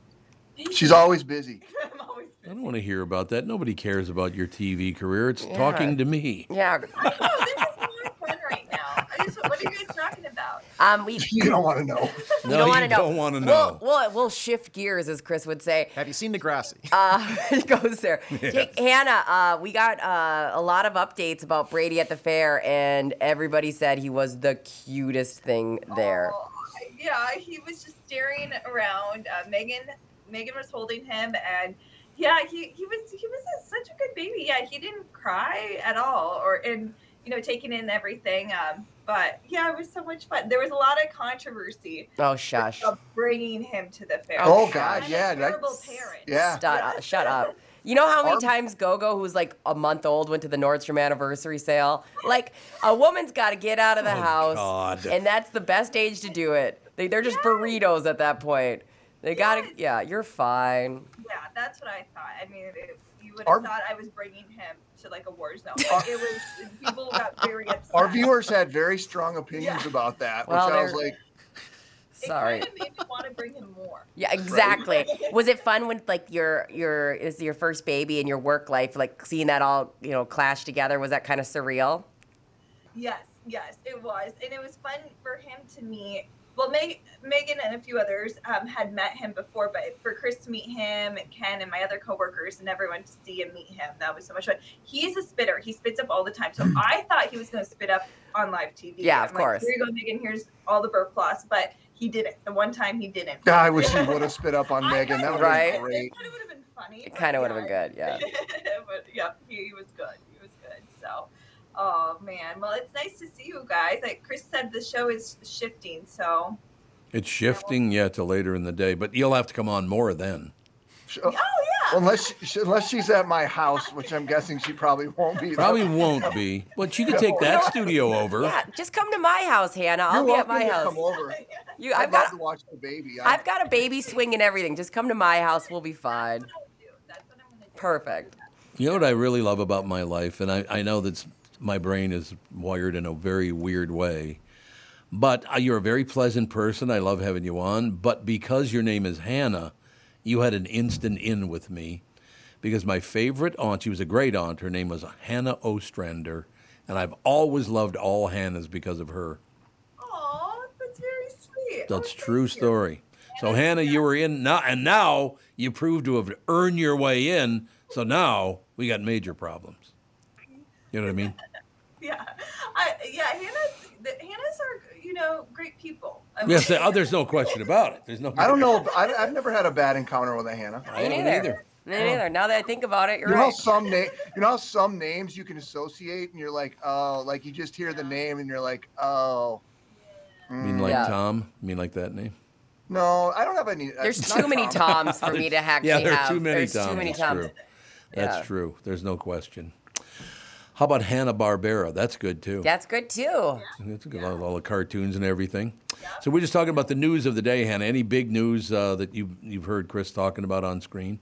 S2: She's always
S13: busy. I'm always
S2: I don't want to hear about that. Nobody cares about your TV career. It's
S13: Yeah.
S2: talking to me.
S4: Yeah.
S13: What are you guys talking about?
S4: Um, we,
S2: You don't wanna know.
S4: You
S2: No,
S4: don't
S2: you
S4: want to know.
S2: don't wanna
S4: We'll-
S2: know.
S4: We'll, we'll, shift gears, as Chris would say.
S5: Have you seen Degrassi?
S4: Uh, it goes there.
S5: Yes.
S4: Hey, Hannah, uh, we got uh, a lot of updates about Brady at the fair, and everybody said he was the cutest thing there.
S13: yeah, he was just staring around. Uh, Megan, Megan was holding him, and yeah, he, he was he was a, such a good baby. Yeah, he didn't cry at all, or and you know taking in everything. Um, but yeah, it was so much fun. There was a lot of controversy
S4: Oh, shush.
S13: of bringing him to the fair.
S4: Oh, God,
S13: I'm
S4: yeah,
S13: a
S4: that-
S13: terrible parent.
S4: Shut up. uh, Shut up. You know how many
S13: Arm-
S4: times Gogo, who's like a month old, went to the Nordstrom anniversary sale? Like, a woman's got to get out of the
S14: Oh,
S4: house.
S14: God.
S4: And that's the best age to do it. They, they're just burritos at that point. They got to, yeah, you're fine.
S13: Yeah, that's what I thought. I mean, it, you would
S4: Our-
S13: have thought I was bringing him to like a war zone. Like, it was people got very upset.
S6: Our viewers had very strong opinions about that, which
S4: Well,
S6: I was
S4: they're-
S6: like,
S4: Sorry.
S13: It made me want to bring him more.
S4: Yeah, exactly. Was it fun when like your your is your first baby and your work life like seeing that all you know clash together? Was that kind of surreal?
S13: Yes, yes, it was, and it was fun for him to meet. Well, Meg, Megan and a few others um, had met him before, but for Chris to meet him, and Ken and my other coworkers, and everyone to see and meet him, that was so much fun. He's a spitter; he spits up all the time. So I thought he was going to spit up on live TV.
S4: Yeah, of
S13: I'm like,
S4: course.
S13: Here you go, Megan. Here's all the burp cloths, but he didn't. The one time he didn't.
S6: "Ah, I wish he would have spit up on Megan. That would have
S4: Right.
S6: been great.
S4: It kind of would have been good. Yeah.
S13: but yeah, he, was good. He was good. So, oh man. Well, it's nice to see you guys. Like Chris said, the show is shifting. So,
S2: It's shifting, yeah, to later in the day, but you'll have to come on more then.
S6: Oh, yeah. Unless, she, unless she's at my house, which I'm guessing she probably won't be.
S2: Probably won't be, but you can take that studio over.
S4: Yeah, just come to my house, Hannah. I'll
S6: You're
S4: be at my
S6: welcome to
S4: house.
S6: come over.
S4: You,
S6: I'd
S4: I've
S6: love
S4: got
S6: to watch the baby. I-
S4: I've got a baby swing and everything. Just come to my house. We'll be fine. Perfect.
S2: You know what I really love about my life, and I, I know that my brain is wired in a very weird way, but uh, you're a very pleasant person. I love having you on. But because your name is Hannah, you had an instant in with me because my favorite aunt, she was a great aunt, her name was Hannah Ostrander, and I've always loved all Hannahs because of her.
S13: oh, that's very sweet.
S2: That's true story. So Hannah, you were in now, and now you proved to have earned your way in. So now we got major problems. You know what I mean?
S13: Yeah, I, yeah. Hannah's the, Hannah's are you know great people. I mean,
S2: Yes, there- oh, there's no question about it. There's no.
S6: I don't know. I, I've never had a bad encounter with a Hannah.
S4: Me neither. Me
S6: Oh.
S4: neither. Now that I think about it,
S6: You
S4: you're
S6: know how
S4: right.
S6: some name, you know how some names you can associate, and you're like, oh, like you just hear the name, and you're like, oh.
S2: I mean like
S6: Yeah.
S2: Tom. I mean like that name.
S6: No, I don't have any. uh,
S4: There's
S6: not
S4: too many
S6: Tom.
S4: Toms for me to hack.
S2: yeah,
S4: me
S2: there are
S4: have.
S2: too many
S4: There's
S2: Toms.
S4: Too many
S2: That's
S4: Toms.
S2: true. That's
S4: Yeah.
S2: true. There's no question. How about Hanna Barbera? That's good too.
S4: That's good too.
S2: That's good. All, all the cartoons and everything. So we're just talking about the news of the day, Hannah. Any big news uh, that you you've heard Chris talking about on screen?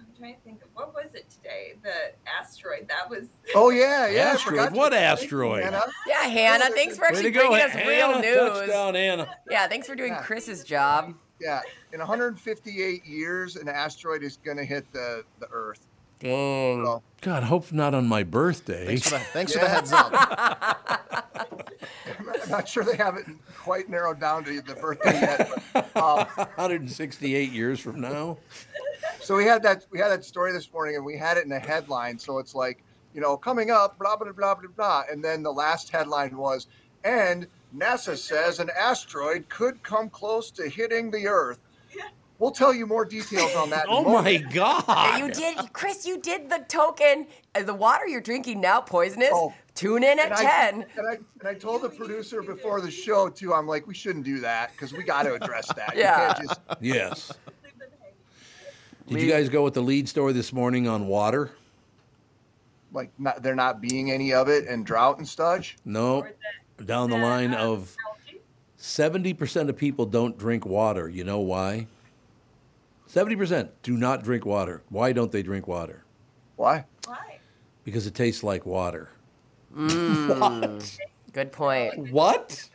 S13: I'm trying to think. of- What was it today? The asteroid. That was.
S6: Oh yeah,
S2: yeah, I Asteroid? forgot you- What Thank you, asteroid? Hannah.
S4: Yeah, Hannah. Thanks for
S6: Way
S4: actually
S6: to go,
S4: bringing us real
S6: Hannah.
S4: news.
S6: Touchdown,
S2: Hannah.
S4: Yeah, thanks for doing
S6: Yeah.
S4: Chris's job.
S6: Yeah, in 158 years, an asteroid is going to hit the the Earth.
S4: Dang.
S2: God, hope not on my birthday.
S6: Thanks for the-
S5: Thanks
S6: Yeah.
S5: for the heads up.
S6: I'm not- I'm not sure they haven't quite narrowed down to the birthday yet. But, um,
S2: 168 years from now.
S6: so we had that we had that story this morning, and we had it in a headline. So it's like you know coming up, blah blah blah blah blah, and then the last headline was, and NASA says an asteroid could come close to hitting the Earth. We'll tell you more details on that. in a
S2: Oh my
S6: moment.
S2: God!
S4: You did, Chris. You did the token. Uh, The water you're drinking now poisonous. Tune in at
S6: And Oh. I-
S4: ten.
S6: and, I, and I told the producer before the show too. I'm like, we shouldn't do that because we got to address that.
S4: Yeah.
S6: You can't just,
S2: Yes. Did you guys go with the lead story this morning on water?
S6: like not, there not being any of it and drought and such.
S2: No. Down the line of 70% of people don't drink water. You know why? 70% do not drink water. Why don't they drink water?
S6: Why?
S13: Why?
S2: Because it tastes like water.
S4: Mm, Good point.
S2: What?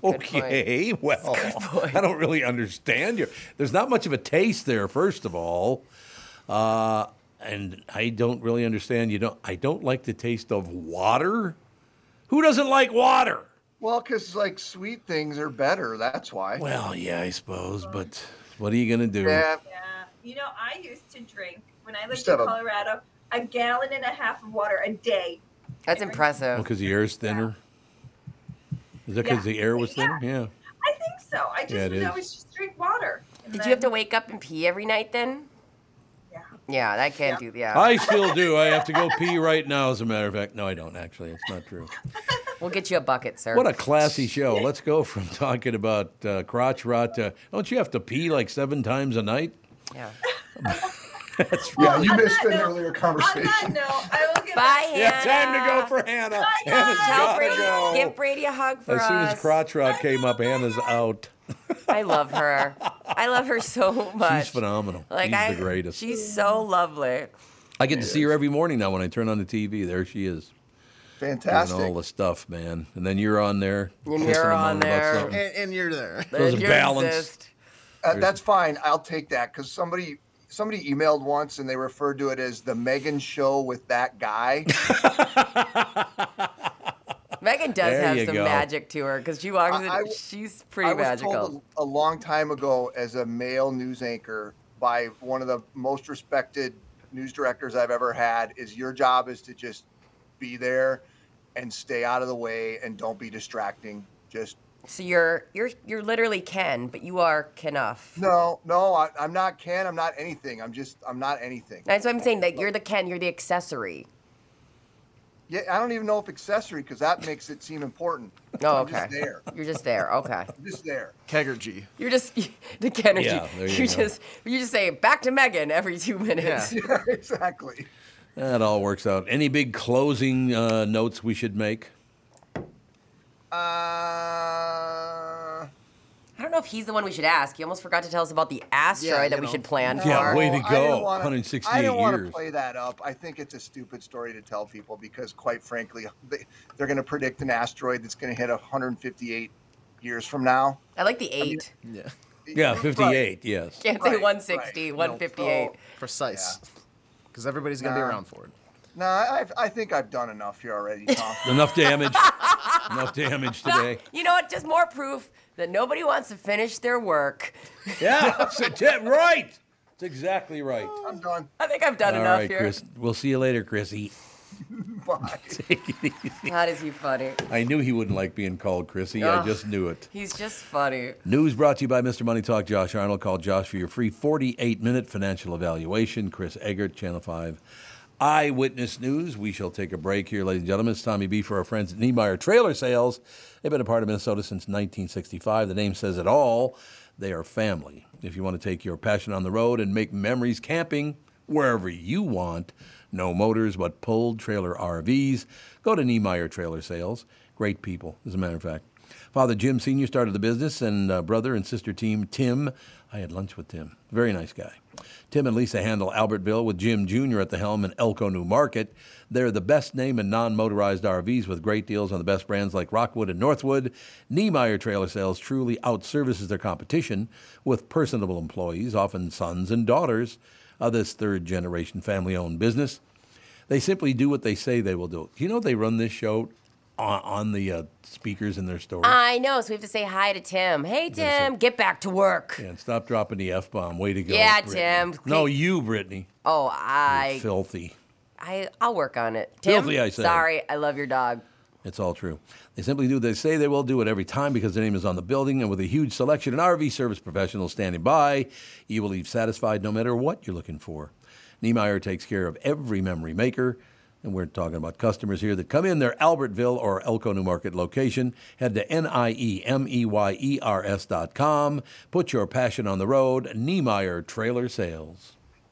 S4: good
S2: Okay, well, I don't really understand you. There's not much of a taste there, first of all, uh, and I don't really understand. You don't. I don't like the taste of water. Who doesn't like water?
S6: Well, because like sweet things are better. That's why.
S2: Well, yeah, I suppose, but what are you gonna do?
S6: Yeah.
S13: Yeah. You know, I used to drink when I lived
S2: Instead
S13: in
S2: of-
S13: Colorado a gallon and a half of water a day.
S4: That's impressive.
S2: Because Oh, the air's thinner. Is that because
S13: Yeah.
S2: the air was thinner? Yeah.
S13: I think so. I just
S2: Yeah, it
S13: would
S2: is.
S13: always just drink water. And
S4: Did
S13: then-
S4: you have to wake up and pee every night then? Yeah, that can't do. uh, Yeah,
S2: I still do. I have to go pee right now. As a matter of fact, no, I don't actually. It's not true.
S4: we'll get you a bucket, sir.
S2: What a classy show. Let's go from talking about uh, crotch rot to don't you have to pee like seven times a night?
S4: Yeah.
S2: That's
S6: Yeah,
S2: right.
S6: you missed an earlier conversation.
S13: No, I will give
S4: Bye,
S2: Yeah, time to
S4: Hannah.
S2: go for Hannah.
S4: Bye,
S2: Hannah's
S4: guys. Tell
S2: gotta
S4: Brady,
S2: go.
S4: give Brady a hug for
S2: As soon as
S4: us.
S2: crotch rot came up, Hannah's out.
S4: I love her. I love her so much.
S2: She's phenomenal.
S4: Like
S2: she's
S4: I,
S2: the greatest.
S4: She's so lovely.
S2: I get to see her every morning now when I turn on the TV. There she is.
S6: Fantastic.
S2: Doing all the stuff, man. And then you're on there.
S4: And
S2: pissing
S4: you're
S2: them
S4: on
S2: about
S4: there.
S2: something.
S5: And, and you're there.
S2: Those are balanced.
S6: Uh, that's fine. I'll take that because somebody somebody emailed once and they referred to it as the Megan Show with that guy.
S4: Megan does
S6: There you
S4: have some
S6: go.
S4: magic to her because she walks.
S6: I- I
S4: in,
S6: w-
S4: she's pretty
S6: I was
S4: magical.
S6: told a, a long time ago as a male news anchor by one of the most respected news directors I've ever had is your job is to just be there and stay out of the way and don't be distracting. Just
S4: so you're you're you're literally Ken, but you are Kenuff.
S6: no, no, I, I'm not Ken. I'm not anything. I'm just I'm not anything.
S4: That's what I'm saying. That you're the Ken. You're the accessory.
S6: Yeah, I don't even know if accessory because that makes it seem important.
S4: Oh,
S6: I'm
S4: okay.
S6: Just there.
S4: You're just there. Okay.
S6: I'm just there.
S5: Keggergy.
S4: You're just the Kennedy.
S2: Yeah, there you
S4: are
S2: go.
S4: just you just say back to Megan every two minutes.
S6: Yeah, exactly.
S2: That all works out. Any big closing uh, notes we should make?
S6: Uh,
S4: I don't know if he's the one we should ask. You almost forgot to tell us about the asteroid
S6: you
S4: that we
S6: know.
S4: should plan for.
S2: Yeah, way to
S6: I didn't
S2: go.
S6: wanna-
S2: 168
S6: I didn't wanna
S2: years.
S6: play that up. I think it's a stupid story to tell people because, quite frankly, they, they're going to predict an asteroid that's going to hit 158 years from now.
S4: I like the eight.
S5: Yeah.
S2: Yeah, 58, yes.
S4: Can't say 160, 158.
S5: Precise. Because everybody's going to
S6: Nah.
S5: be around for it.
S6: No, I, I've- I think I've done enough here already, Tom.
S2: Enough damage. Enough damage today.
S4: You know what? Just more proof that nobody wants to finish their work.
S2: Yeah, that's it. Yeah, right. That's exactly right.
S6: I'm done.
S4: I think I've done
S2: All
S4: Oh. enough
S2: right,
S4: here.
S2: Chris. We'll see you later, Chrissy.
S6: Bye.
S2: Take it easy.
S4: God, is he funny?
S2: I knew he wouldn't like being called Chrissy. I
S4: Ugh.
S2: just knew it.
S4: He's just funny.
S2: News brought to you by Mr. Money Talk. Josh Arnold. Call Josh for your free 48 minute financial evaluation. Chris Eggert, Channel 5 Eyewitness News. We shall take a break here, ladies and gentlemen. It's Tommy B for our friends at Niemeyer Trailer Sales. They've been a part of Minnesota since 1965. The name says it all. They are family. If you want to take your passion on the road and make memories camping wherever you want, no motors, but pulled trailer RVs, go to Niemeyer Trailer Sales. Great people, as a matter of fact. Father Jim Sr. started the business, and uh, brother and sister team Tim. I had lunch with Tim. Very nice guy. Tim and Lisa handle Albertville with Jim Jr. at the helm in Elko New Market. They're the best name in non motorized RVs with great deals on the best brands like Rockwood and Northwood. Niemeyer Trailer Sales truly outservices their competition with personable employees, often sons and daughters of this third generation family owned business. They simply do what they say they will do. You know, they run this show on, on the uh, speakers in their store.
S4: I know, so we have to say hi to Tim. Hey, Tim, get back to work.
S2: Yeah, and stop dropping the F bomb. Way to go.
S4: Yeah,
S2: Brittany.
S4: Tim.
S2: No, you, Brittany.
S4: Oh, I,
S2: Filthy.
S4: I, I'll work on it. Tim,
S2: Filthy, I said.
S4: sorry, I love your dog.
S2: It's all true. They simply do what they say they will do it every time because their name is on the building, and with a huge selection and RV service professionals standing by, you will leave satisfied no matter what you're looking for. Niemeyer takes care of every memory maker, and we're talking about customers here that come in their Albertville or Elko New Market location. Head to E N-I-E-M-E-Y-E-R-S dot com. Put your passion on the road. Niemeyer Trailer Sales.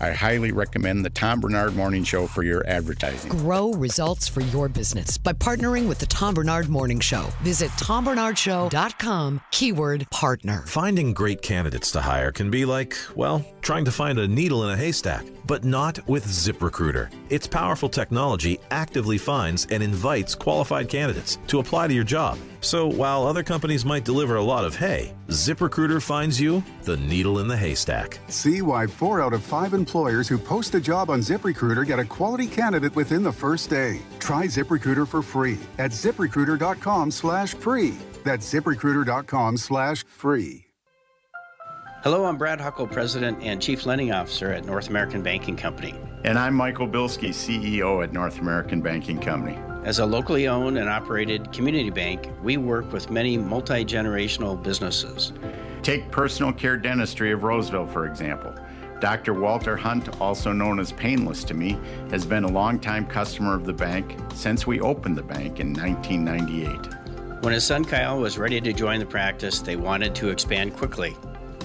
S14: I highly recommend the Tom Bernard Morning Show for your advertising.
S1: Grow results for your business by partnering with the Tom Bernard Morning Show. Visit tombernardshow.com, keyword partner.
S15: Finding great candidates to hire can be like, well, trying to find a needle in a haystack, but not with ZipRecruiter. Its powerful technology actively finds and invites qualified candidates to apply to your job. So while other companies might deliver a lot of hay, ZipRecruiter finds you the needle in the haystack.
S16: See why four out of five employers who post a job on ZipRecruiter get a quality candidate within the first day. Try ZipRecruiter for free at ziprecruiter.com slash free. That's ziprecruiter.com slash free.
S17: Hello, I'm Brad Huckle, President and Chief Lending Officer at North American Banking Company.
S14: And I'm Michael Bilski, CEO at North American Banking Company.
S17: As a locally owned and operated community bank, we work with many multi generational businesses.
S14: Take personal care dentistry of Roseville, for example. Dr. Walter Hunt, also known as Painless to me, has been a longtime customer of the bank since we opened the bank in 1998.
S17: When his son Kyle was ready to join the practice, they wanted to expand quickly.